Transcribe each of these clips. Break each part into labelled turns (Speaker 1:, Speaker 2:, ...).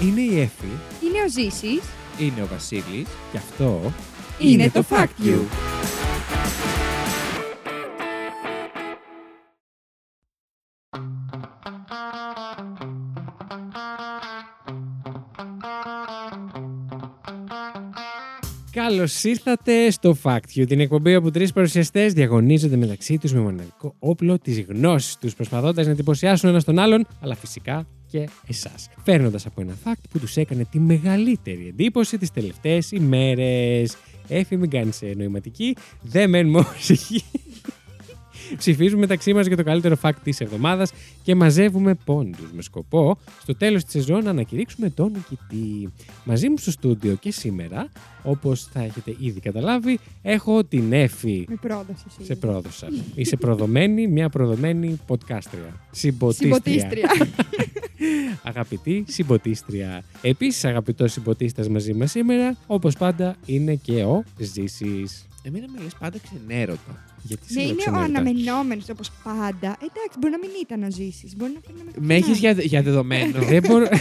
Speaker 1: Είναι η Εφη,
Speaker 2: Είναι ο Ζήσης.
Speaker 1: είναι ο Βασίλης και αυτό
Speaker 2: Είναι το Fact You.
Speaker 1: Καλώς ήρθατε στο Fact You, την εκπομπή όπου τρεις παρουσιαστές διαγωνίζονται μεταξύ τους με μοναδικό όπλο της γνώσης τους, προσπαθώντας να εντυπωσιάσουν ένα τον άλλον, αλλά φυσικά και εσάς. Φέρνοντας από ένα fact που τους έκανε τη μεγαλύτερη εντύπωση τις τελευταίες ημέρες. Έφη, μην κάνεις νοηματική. Δεν μένουμε όσοι Ψηφίζουμε μεταξύ μας για το καλύτερο fact της εβδομάδας και μαζεύουμε πόντους με σκοπό στο τέλος της σεζόν να ανακηρύξουμε τον νικητή. Μαζί μου στο στούντιο και σήμερα, όπως θα έχετε ήδη καταλάβει, έχω την Εφη.
Speaker 2: Με πρόδωσε εσύ.
Speaker 1: Σε πρόδωσα. Είσαι προδομένη, μια προδομένη podcastρια. Συμποτίστρια. Αγαπητή συμποτίστρια. Επίσης, αγαπητός συμποτίστας μαζί μας σήμερα, όπως πάντα, είναι και ο Ζήσης.
Speaker 3: Εμένα με λες πάντα ξενέρωτα.
Speaker 1: Γιατί
Speaker 2: Ναι,
Speaker 1: σε
Speaker 2: είναι ο
Speaker 1: φιλοξενεύεται?
Speaker 2: αναμενόμενος όπως πάντα. Εντάξει, μπορεί να μην ήταν ο Ζήσης. Μπορεί να φέρναμε κάποιον
Speaker 3: Με έχεις
Speaker 2: άλλον.
Speaker 3: για, για δεδομένο.
Speaker 1: Δεν μπορώ...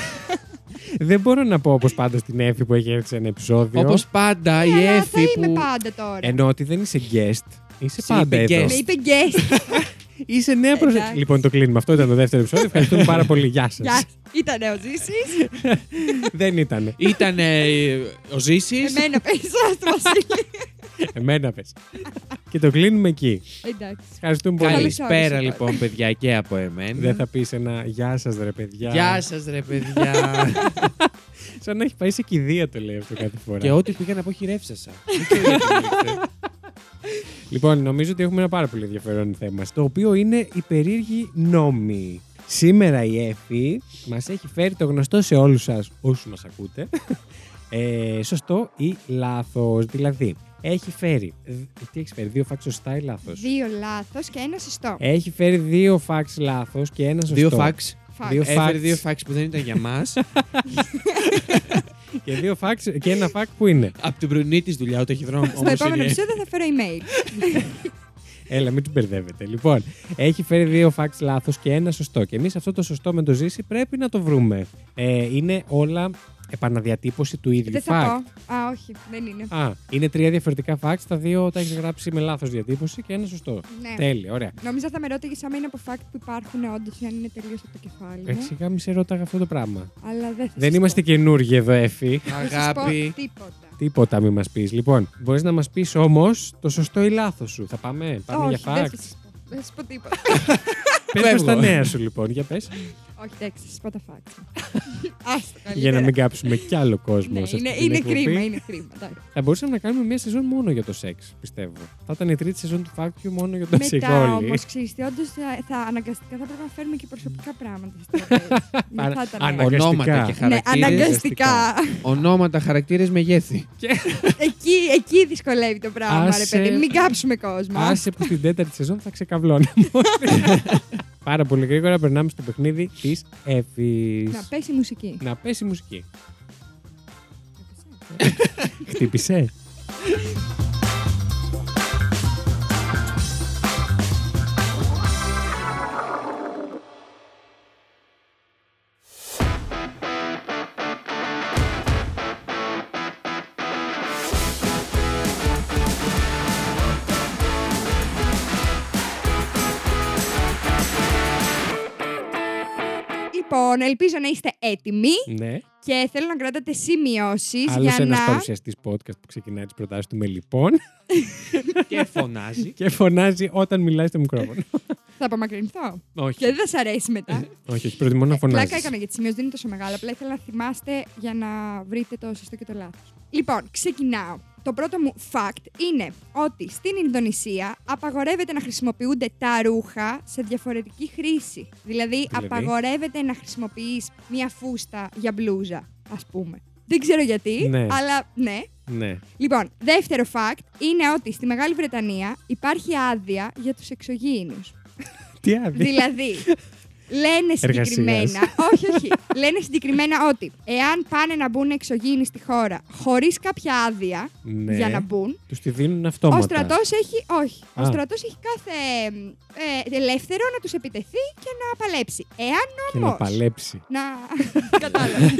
Speaker 1: Δεν μπορώ να πω όπως πάντα στην Εύη που έχει έρθει σε ένα επεισόδιο.
Speaker 3: Όπως πάντα, η
Speaker 2: Ναι, αλλά θα
Speaker 3: Εφη
Speaker 2: είμαι
Speaker 3: που.
Speaker 2: πάντα τώρα.
Speaker 1: Ενώ ότι δεν είσαι guest. Είσαι
Speaker 3: Σε
Speaker 1: πάντα
Speaker 3: είπε
Speaker 1: εδώ.
Speaker 2: Με
Speaker 3: guest.
Speaker 2: είπε guest.
Speaker 1: Είσαι νέα προσωπική.
Speaker 2: Εντάξει.
Speaker 1: Λοιπόν, το κλείνουμε. Αυτό ήταν το δεύτερο επεισόδιο. Ευχαριστούμε πάρα πολύ. Γεια
Speaker 2: Γεια
Speaker 1: σα.
Speaker 2: σας. Ήταν ο Ζήσης.
Speaker 1: δεν ήταν.
Speaker 3: Ήταν ε, ο Ζήσης.
Speaker 2: Εμένα πέσα στο Βασίλη.
Speaker 1: Εμένα πες. και το κλείνουμε εκεί.
Speaker 2: Εντάξει.
Speaker 1: Ευχαριστούμε πολύ.
Speaker 2: Καλή.
Speaker 3: Καλησπέρα
Speaker 2: Καλώς
Speaker 3: λοιπόν, παιδιά, και από
Speaker 1: Δεν
Speaker 3: εμένα.
Speaker 1: θα πεις ένα γεια σας, ρε παιδιά.
Speaker 3: Γεια σας, ρε παιδιά.
Speaker 1: Σαν να έχει πάει σε κηδεία το λέει αυτό κάθε φορά.
Speaker 3: και ό,τι πήγα να πω, χειρεύσασα.
Speaker 1: Λοιπόν, νομίζω ότι έχουμε ένα πάρα πολύ ενδιαφέρον θέμα, το οποίο είναι οι περίεργοι νόμοι. Σήμερα η Εφη μας έχει φέρει το γνωστό σε όλους σας, όσους μας ακούτε, ε, σωστό ή λάθος. Δηλαδή, έχει φέρει, δ- τι έχεις φέρει, δύο φάξ σωστά ή λάθος. Ε,
Speaker 2: Δύο λάθος και ένα σωστό.
Speaker 1: Έχει φέρει δύο φάξ λάθος και ένα σωστό.
Speaker 3: Δύο φαξ.
Speaker 2: Fuck.
Speaker 1: δύο-
Speaker 3: Έφερε
Speaker 1: fax.
Speaker 3: δύο φαξ που δεν ήταν για μας.
Speaker 1: Και δύο φάξ και ένα φάξ που είναι.
Speaker 3: Από την πρωινή της δουλειά, ο ταχυδρόμο.
Speaker 2: Στο επόμενο επεισόδιο θα φέρω email.
Speaker 1: Έλα, μην του μπερδεύετε. Λοιπόν, έχει φέρει δύο φάξ λάθος και ένα σωστό. Και εμείς αυτό το σωστό με το ζήσει πρέπει να το βρούμε. Ε, είναι όλα επαναδιατύπωση του ίδιου
Speaker 2: Δεν
Speaker 1: fact.
Speaker 2: θα πω. Α, όχι, δεν είναι.
Speaker 1: Α, είναι τρία διαφορετικά facts. Τα δύο τα έχει γράψει με λάθος διατύπωση και ένα σωστό.
Speaker 2: Ναι.
Speaker 1: Τέλεια, ωραία.
Speaker 2: Νόμιζα θα με ρώτηγε άμα είναι από fact που υπάρχουν όντως ή αν είναι τελείως από το κεφάλι. μου.
Speaker 1: Εντάξει, σιγά μη σε ρώταγα αυτό το πράγμα.
Speaker 2: Αλλά δεν θα σας
Speaker 1: Δεν είμαστε
Speaker 2: πω.
Speaker 1: καινούργοι εδώ, Εφη.
Speaker 2: Δεν θα σας πω
Speaker 3: Αγάπη.
Speaker 2: Τίποτα.
Speaker 1: Τίποτα μη μας πεις. Λοιπόν, μπορείς να μας πεις όμως το σωστό ή λάθος σου. Θα πάμε, πάμε
Speaker 2: Όχι,
Speaker 1: για
Speaker 2: δεν θα
Speaker 1: facts.
Speaker 2: σας πω. Δεν θα σας πω τίποτα.
Speaker 1: Πες μας τα
Speaker 3: Φεύγω.
Speaker 1: νέα σου, λοιπόν. Για πες.
Speaker 2: Όχι, εντάξει, θα σας πω τα facts. Άστο, καλύτερα.
Speaker 1: για να μην κάψουμε κι άλλο κόσμο.
Speaker 2: Ναι,
Speaker 1: σε αυτή
Speaker 2: είναι,
Speaker 1: την
Speaker 2: είναι
Speaker 1: εκπομπή.
Speaker 2: κρίμα, είναι κρίμα. εντάξει.
Speaker 1: Θα Ε, μπορούσαμε να κάνουμε μια σεζόν μόνο για το σεξ, πιστεύω. Θα ήταν η τρίτη σεζόν του Fact You μόνο για το σεξ
Speaker 2: Μετά
Speaker 1: όλοι.
Speaker 2: όμως, ξέρεις τι, όντως θα, θα αναγκαστικά θα πρέπει να φέρουμε και προσωπικά πράγματα στην εκπομπή.
Speaker 1: Ανα-
Speaker 2: Μετά τα νέα.
Speaker 1: αναγκαστικά.
Speaker 3: Ονόματα και
Speaker 2: Ναι,
Speaker 3: χαρακτήρες.
Speaker 2: αναγκαστικά.
Speaker 3: Ονόματα, χαρακτήρες, μεγέθη.
Speaker 2: εκεί, εκεί δυσκολεύει το πράγμα, ρε
Speaker 1: Άσε-
Speaker 2: παιδί. Μην κάψουμε κόσμο.
Speaker 1: Άσε που στην τέταρτη σεζόν θα ξεκαβλώνουμε. Πάρα πολύ γρήγορα περνάμε στο παιχνίδι τη Εφη.
Speaker 2: Να πέσει η μουσική.
Speaker 1: Να πέσει η μουσική. Χτύπησε.
Speaker 2: Λοιπόν, ελπίζω να είστε έτοιμοι
Speaker 1: ναι.
Speaker 2: και θέλω να κρατάτε σημειώσεις
Speaker 1: Άλλος
Speaker 2: για
Speaker 1: ένας
Speaker 2: να.
Speaker 1: παρουσιαστής podcast που ξεκινάει τις προτάσεις του με λοιπόν
Speaker 3: Και φωνάζει.
Speaker 1: και φωνάζει όταν μιλάει στο μικρόφωνο.
Speaker 2: Θα απομακρυνθώ. Και
Speaker 1: όχι.
Speaker 2: δεν θα σα αρέσει μετά.
Speaker 1: όχι, όχι, προτιμώ να φωνάζει.
Speaker 2: Ε, Πλάκα έκανα για τι σημειώσεις, δεν είναι τόσο μεγάλα. Απλά ήθελα να θυμάστε για να βρείτε το σωστό και το λάθος. Λοιπόν, ξεκινάω. Το πρώτο μου fact είναι ότι στην Ινδονησία απαγορεύεται να χρησιμοποιούνται τα ρούχα σε διαφορετική χρήση. Δηλαδή,
Speaker 1: Δηλαδή?
Speaker 2: απαγορεύεται να χρησιμοποιείς μία φούστα για μπλούζα, ας πούμε. Δεν ξέρω γιατί,
Speaker 1: Ναι.
Speaker 2: αλλά ναι.
Speaker 1: Ναι.
Speaker 2: Λοιπόν, δεύτερο fact είναι ότι στη Μεγάλη Βρετανία υπάρχει άδεια για τους εξωγήινους.
Speaker 1: Τι άδεια.
Speaker 2: δηλαδή, λένε
Speaker 1: Εργασίας.
Speaker 2: συγκεκριμένα. όχι, όχι. Λένε συγκεκριμένα ότι εάν πάνε να μπουν εξωγήινοι στη χώρα χωρίς κάποια άδεια
Speaker 1: Ναι.
Speaker 2: για να μπουν,
Speaker 1: Τους τη δίνουν
Speaker 2: ο
Speaker 1: αυτόματα.
Speaker 2: στρατός έχει. Όχι. Ο
Speaker 1: Α.
Speaker 2: στρατός έχει κάθε ε, ελεύθερο να τους επιτεθεί και να παλέψει. Εάν
Speaker 1: Και
Speaker 2: όμως.
Speaker 1: να παλέψει.
Speaker 2: να. Κατάλαβε.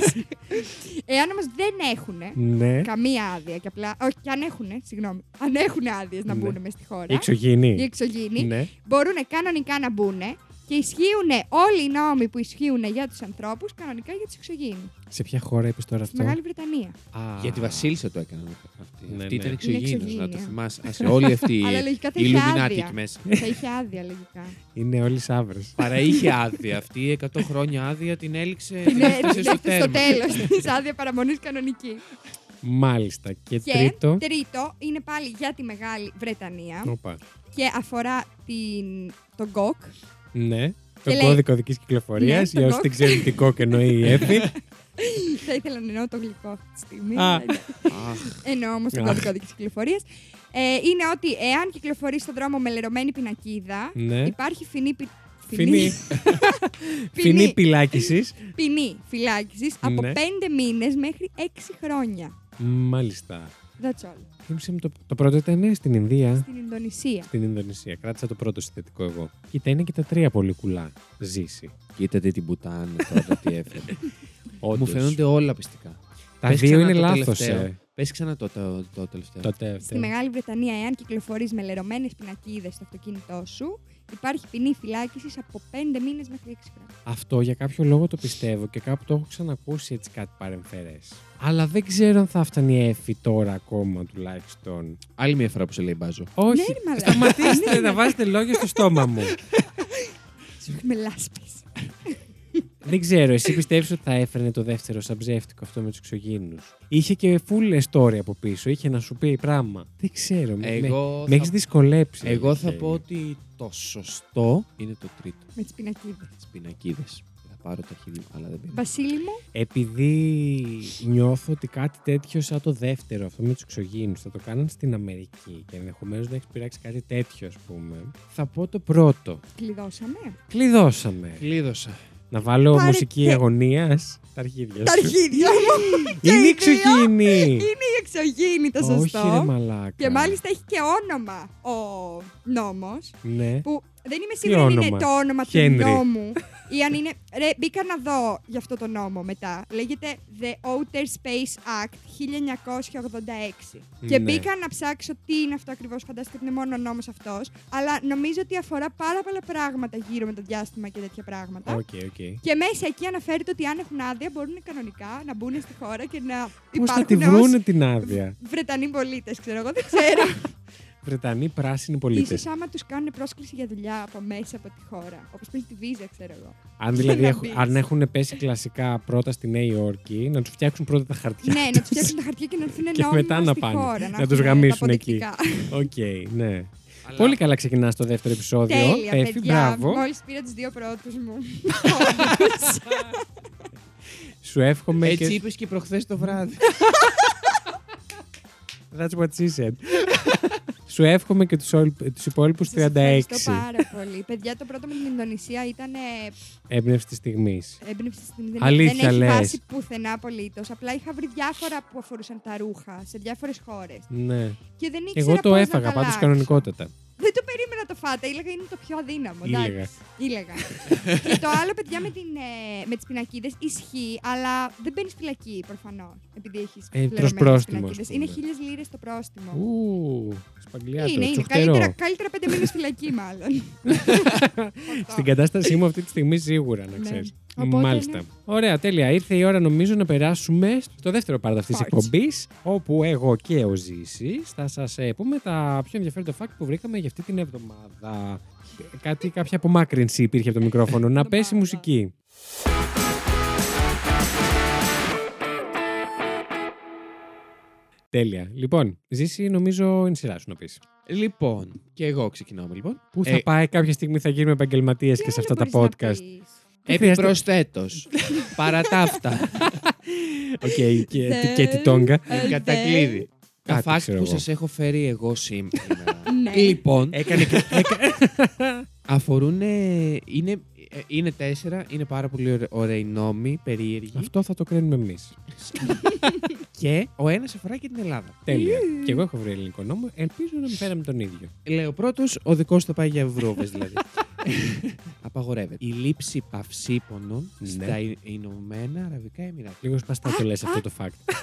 Speaker 2: Εάν όμω δεν έχουν
Speaker 1: Ναι.
Speaker 2: καμία άδεια και απλά. Όχι, και αν έχουν, συγγνώμη. Αν έχουν άδειες να
Speaker 1: Ναι.
Speaker 2: μπουν μέσα στη χώρα.
Speaker 1: Η εξωγήινη.
Speaker 2: Οι εξωγήινοι
Speaker 1: Ναι.
Speaker 2: μπορούν κανονικά να μπουν και ισχύουν όλοι οι νόμοι που ισχύουν για τους ανθρώπους κανονικά για τους εξωγήινους.
Speaker 1: Σε ποια χώρα είπες τώρα
Speaker 2: Στη
Speaker 1: αυτό.
Speaker 2: Μεγάλη Βρετανία.
Speaker 1: Α,
Speaker 3: Γιατί Βασίλισσα το έκαναν αυτή.
Speaker 1: Ναι,
Speaker 3: αυτή
Speaker 1: ναι.
Speaker 3: ήταν εξωγήινος,
Speaker 2: Είναι
Speaker 3: να το
Speaker 2: εξωγήινια.
Speaker 3: θυμάσαι. Άσε, όλοι αυτοί οι
Speaker 2: Αλλά λογικά θα είχε
Speaker 3: Illuminati
Speaker 2: άδεια.
Speaker 3: εκεί μέσα.
Speaker 2: θα είχε άδεια λογικά.
Speaker 1: Είναι όλοι σαύρε.
Speaker 3: Παρά είχε άδεια αυτή, 100 χρόνια άδεια την έληξε.
Speaker 1: Ε,
Speaker 3: την
Speaker 2: Ναι,
Speaker 3: έφτασε στο
Speaker 2: στο
Speaker 3: τέρμα.
Speaker 2: τέλος της άδεια παραμονής κανονική.
Speaker 1: Μάλιστα. Και,
Speaker 2: Και
Speaker 1: τρίτο.
Speaker 2: τρίτο είναι πάλι για τη Μεγάλη Βρετανία
Speaker 1: Οπα.
Speaker 2: και αφορά την, τον κοκ.
Speaker 1: Ναι. Το
Speaker 2: λέει-
Speaker 1: κώδικο δική κυκλοφορίας.
Speaker 2: Ναι,
Speaker 1: για
Speaker 2: το
Speaker 1: όσου δεν
Speaker 2: κώδικο.
Speaker 1: ξέρουν τι κόκ εννοεί η Εφη.
Speaker 2: Θα ήθελα να εννοώ το γλυκό αυτή τη στιγμή.
Speaker 1: Α.
Speaker 2: αλλά εντάξει.
Speaker 3: Αχ,
Speaker 2: Εννοώ όμως τον
Speaker 1: Αχ.
Speaker 2: κώδικα τη κυκλοφορίας. Ε, είναι ότι εάν κυκλοφορεί στον δρόμο με λερωμένη πινακίδα,
Speaker 1: Ναι.
Speaker 2: υπάρχει φινή. πι-
Speaker 1: Φινή. Φινή
Speaker 2: Ποινή.
Speaker 1: πυλάκιση.
Speaker 2: ποινή φυλάκισης από
Speaker 1: Ναι.
Speaker 2: 5 μήνες μέχρι 6 χρόνια.
Speaker 1: Μάλιστα.
Speaker 2: That's all.
Speaker 1: Θύμισε μου το, το πρώτο ήταν στην Ινδία.
Speaker 2: Στην Ινδονησία.
Speaker 1: Στην Ινδονησία. Κράτησα το πρώτο συνθετικό εγώ. Κοίτα, είναι και τα τρία πολύ κουλά. Ζήσει.
Speaker 3: κοίτατε την πουτάνα τώρα τι έφερε. Μου
Speaker 1: Όντως.
Speaker 3: φαίνονται όλα πιστικά.
Speaker 1: Τα
Speaker 3: Πες
Speaker 1: δύο
Speaker 3: ξανά
Speaker 1: είναι ε.
Speaker 3: το
Speaker 1: λάθος.
Speaker 3: τελευταίο. Πες ξανά το, το, το τελευταίο.
Speaker 1: Το τελευταίο.
Speaker 2: Στη Μεγάλη Βρετανία, εάν κυκλοφορείς με λερωμένες πινακίδες στο αυτοκίνητό σου, υπάρχει ποινή φυλάκισης από 5 μήνες μέχρι 6 χρόνια.
Speaker 1: Αυτό για κάποιο λόγο το πιστεύω και κάπου το έχω ξανακούσει έτσι κάτι παρεμφερές. Αλλά δεν ξέρω αν θα φτάνει η Εφη τώρα ακόμα τουλάχιστον.
Speaker 3: Άλλη μια φορά που σε λέει μπάζο.
Speaker 1: Όχι.
Speaker 2: Ναι, ρε μαλάκα.
Speaker 1: Σταματήστε να βάζετε λόγια στο στόμα μου.
Speaker 2: Σου έχουμε λάσπες.
Speaker 1: δεν ξέρω, εσύ πιστεύεις ότι θα έφερνε το δεύτερο σαν ψεύτικο αυτό με τους εξωγήινους. Είχε και full story από πίσω, είχε να σου πει πράγμα. Δεν ξέρω. με-
Speaker 3: Εγώ,
Speaker 1: Με έχει
Speaker 3: θα,
Speaker 1: δυσκολέψει.
Speaker 3: εγώ θα
Speaker 1: αλήθεια
Speaker 3: πω
Speaker 1: είναι.
Speaker 3: ότι το σωστό είναι το τρίτο.
Speaker 2: Με τις πινακίδες.
Speaker 3: Τις πινακίδες. Θα πάρω τα χέρια μου, αλλά δεν πειράζει.
Speaker 2: Βασίλη μου,
Speaker 1: Επειδή νιώθω ότι κάτι τέτοιο σαν το δεύτερο, αυτό με τους εξωγήινους, θα το κάναν στην Αμερική και ενδεχομένως να έχεις πειράξει κάτι τέτοιο, ας πούμε. Θα πω το πρώτο.
Speaker 2: κλειδώσαμε.
Speaker 1: Κλειδώσαμε.
Speaker 3: Κλείδωσα.
Speaker 1: Να βάλω
Speaker 2: Πάρε
Speaker 1: μουσική
Speaker 2: και-
Speaker 1: αγωνίας. Τα αρχίδια
Speaker 2: Τα
Speaker 1: σου.
Speaker 2: αρχίδια μου! και
Speaker 1: Είναι
Speaker 2: οι δύο.
Speaker 1: εξωγήινη.
Speaker 2: Είναι η εξωγήινη το σωστό.
Speaker 1: Όχι, ρε μαλάκα.
Speaker 2: Και μάλιστα έχει και όνομα ο νόμος.
Speaker 1: Ναι.
Speaker 2: Που δεν είμαι σίγουρη αν είναι
Speaker 1: όνομα?
Speaker 2: το όνομα
Speaker 1: Χένρι.
Speaker 2: του νόμου ή αν είναι. Ρε, μπήκα να δω για αυτό το νόμο μετά. Λέγεται The Outer Space Act 1986. Και
Speaker 1: Ναι.
Speaker 2: μπήκα να ψάξω τι είναι αυτό ακριβώς. Φαντάστηκα ότι είναι μόνο ο νόμος αυτός. Αλλά νομίζω ότι αφορά πάρα πολλά πράγματα γύρω με το διάστημα και τέτοια πράγματα.
Speaker 1: Οκ, οκ.
Speaker 2: Και μέσα εκεί αναφέρεται ότι αν έχουν άδεια μπορούν κανονικά να μπουν στη χώρα και να
Speaker 1: Πώς θα τη
Speaker 2: υπάρχουν ως
Speaker 1: βρούνε την άδεια.
Speaker 2: Βρετανοί πολίτες, ξέρω εγώ, δεν ξέρω.
Speaker 1: Βρετανοί πράσινοι πολίτες.
Speaker 2: Ίσως άμα τους κάνουν πρόσκληση για δουλειά από μέσα από τη χώρα. Όπως πριν τη Visa, ξέρω εγώ.
Speaker 1: Αν δηλαδή
Speaker 2: να
Speaker 1: έχουν,
Speaker 2: μπεις.
Speaker 1: αν έχουν πέσει κλασικά πρώτα στη Νέα Υόρκη, να τους φτιάξουν πρώτα τα χαρτιά.
Speaker 2: ναι, να τους φτιάξουν τα χαρτιά και να έρθουν
Speaker 1: Και
Speaker 2: νόμιμα
Speaker 1: μετά να
Speaker 2: στη
Speaker 1: πάνε,
Speaker 2: χώρα.
Speaker 1: να
Speaker 2: έχουν
Speaker 1: τους
Speaker 2: τα
Speaker 1: γαμίσουν εκεί.
Speaker 2: αποδεικτικά.
Speaker 1: Οκ, ναι. Πολύ καλά ξεκινάς το δεύτερο επεισόδιο.
Speaker 2: Τέλεια,
Speaker 1: Εφη,
Speaker 2: παιδιά.
Speaker 1: Ε, μπράβο.
Speaker 2: Μόλις πήρα τους δύο πρώτους μου.
Speaker 1: Σου εύχομαι
Speaker 3: Έτσι
Speaker 1: και.
Speaker 3: είπες και προχθές το βράδυ.
Speaker 1: That's what she said. Σου εύχομαι και τους υπόλοιπου 36.
Speaker 2: Ευχαριστώ πάρα πολύ. Παιδιά, το πρώτο με την Ινδονησία ήταν ε,
Speaker 1: Έμπνευση τη στιγμή.
Speaker 2: έμπνευση στην δεν-
Speaker 1: Αλήθεια
Speaker 2: Δεν
Speaker 1: λες.
Speaker 2: έχει βάση πουθενά απολύτως. Απλά είχα βρει διάφορα που αφορούσαν τα ρούχα σε διάφορες χώρες.
Speaker 1: Ναι.
Speaker 2: Και δεν ήξερα
Speaker 1: Εγώ το
Speaker 2: πώς να
Speaker 1: έφαγα πάντως
Speaker 2: αλλάξω.
Speaker 1: κανονικότατα.
Speaker 2: Δεν το περίμενα το φάτα. Ήλεγα είναι το πιο αδύναμο. εντάξει.
Speaker 1: Ήλεγα.
Speaker 2: Ήλεγα. και το άλλο, παιδιά, με, την, ε, με τις πινακίδες ισχύει, αλλά δεν μπαίνει φυλακή προφανώς. Επειδή έχεις
Speaker 1: Ε, προς πρόστιμο, ας πούμε.
Speaker 2: Είναι χίλιες λίρες το πρόστιμο.
Speaker 1: Ου, σπαγγλιά
Speaker 2: είναι, είναι. Καλύτερα, καλύτερα πέντε μήνες φυλακή, μάλλον. Αυτό.
Speaker 1: Στην κατάστασή μου αυτή τη στιγμή σίγουρα, να
Speaker 2: Ναι.
Speaker 1: ξέρεις.
Speaker 2: Οπότε,
Speaker 1: Μάλιστα.
Speaker 2: ναι.
Speaker 1: Ωραία, τέλεια. Ήρθε η ώρα νομίζω να περάσουμε στο δεύτερο part αυτής τη
Speaker 2: Part.
Speaker 1: εκπομπής. Όπου εγώ και ο Ζήση θα σας πούμε τα πιο ενδιαφέροντα fact που βρήκαμε για αυτή την εβδομάδα. Κάτι, κάποια απομάκρυνση υπήρχε από το μικρόφωνο. να πέσει η
Speaker 2: Εβδομάδα.
Speaker 1: μουσική. Τέλεια. Λοιπόν, Ζήση, νομίζω είναι σειρά σου να πεις.
Speaker 3: λοιπόν, και εγώ ξεκινάω λοιπόν.
Speaker 1: Πού θα πάει κάποια στιγμή θα γίνουμε επαγγελματίες
Speaker 2: Τι
Speaker 1: και σε
Speaker 2: άλλο
Speaker 1: αυτά τα
Speaker 2: Ε, ναι, μπορείς να
Speaker 1: podcast.
Speaker 2: πεις?
Speaker 1: Δεν χρειάζεται-
Speaker 3: Επιπροσθέτω. παρά τα αυτά.
Speaker 1: Οκ, και,
Speaker 2: Δεν-
Speaker 1: και τη τόγκα.
Speaker 2: Ε,
Speaker 3: Κατακλείδη. Τα
Speaker 1: Κάτι
Speaker 3: fact
Speaker 1: ξέρω
Speaker 3: που
Speaker 1: εγώ.
Speaker 3: σας έχω φέρει εγώ σήμερα.
Speaker 2: Ναι.
Speaker 3: λοιπόν,
Speaker 1: Έκανε και.
Speaker 3: αφορούν. ε, είναι ε, είναι τέσσερα, είναι πάρα πολύ ωραί- ωραίοι νόμοι, περίεργοι.
Speaker 1: Αυτό θα το κρίνουμε εμείς.
Speaker 3: Και ο ένας αφορά και την Ελλάδα.
Speaker 1: Τέλεια. και εγώ έχω βρει ελληνικό νόμο. Ελπίζω να μην φέραμε τον ίδιο.
Speaker 3: Λέω πρώτο, Ε, ο δικός θα πάει για βρούβες δηλαδή. Απαγορεύεται. Η λήψη παυσίπονων
Speaker 1: Ναι.
Speaker 3: στα Ι- Ηνωμένα Αραβικά Εμμυράτα.
Speaker 1: Λίγο σπαστά το λε αυτό το fact.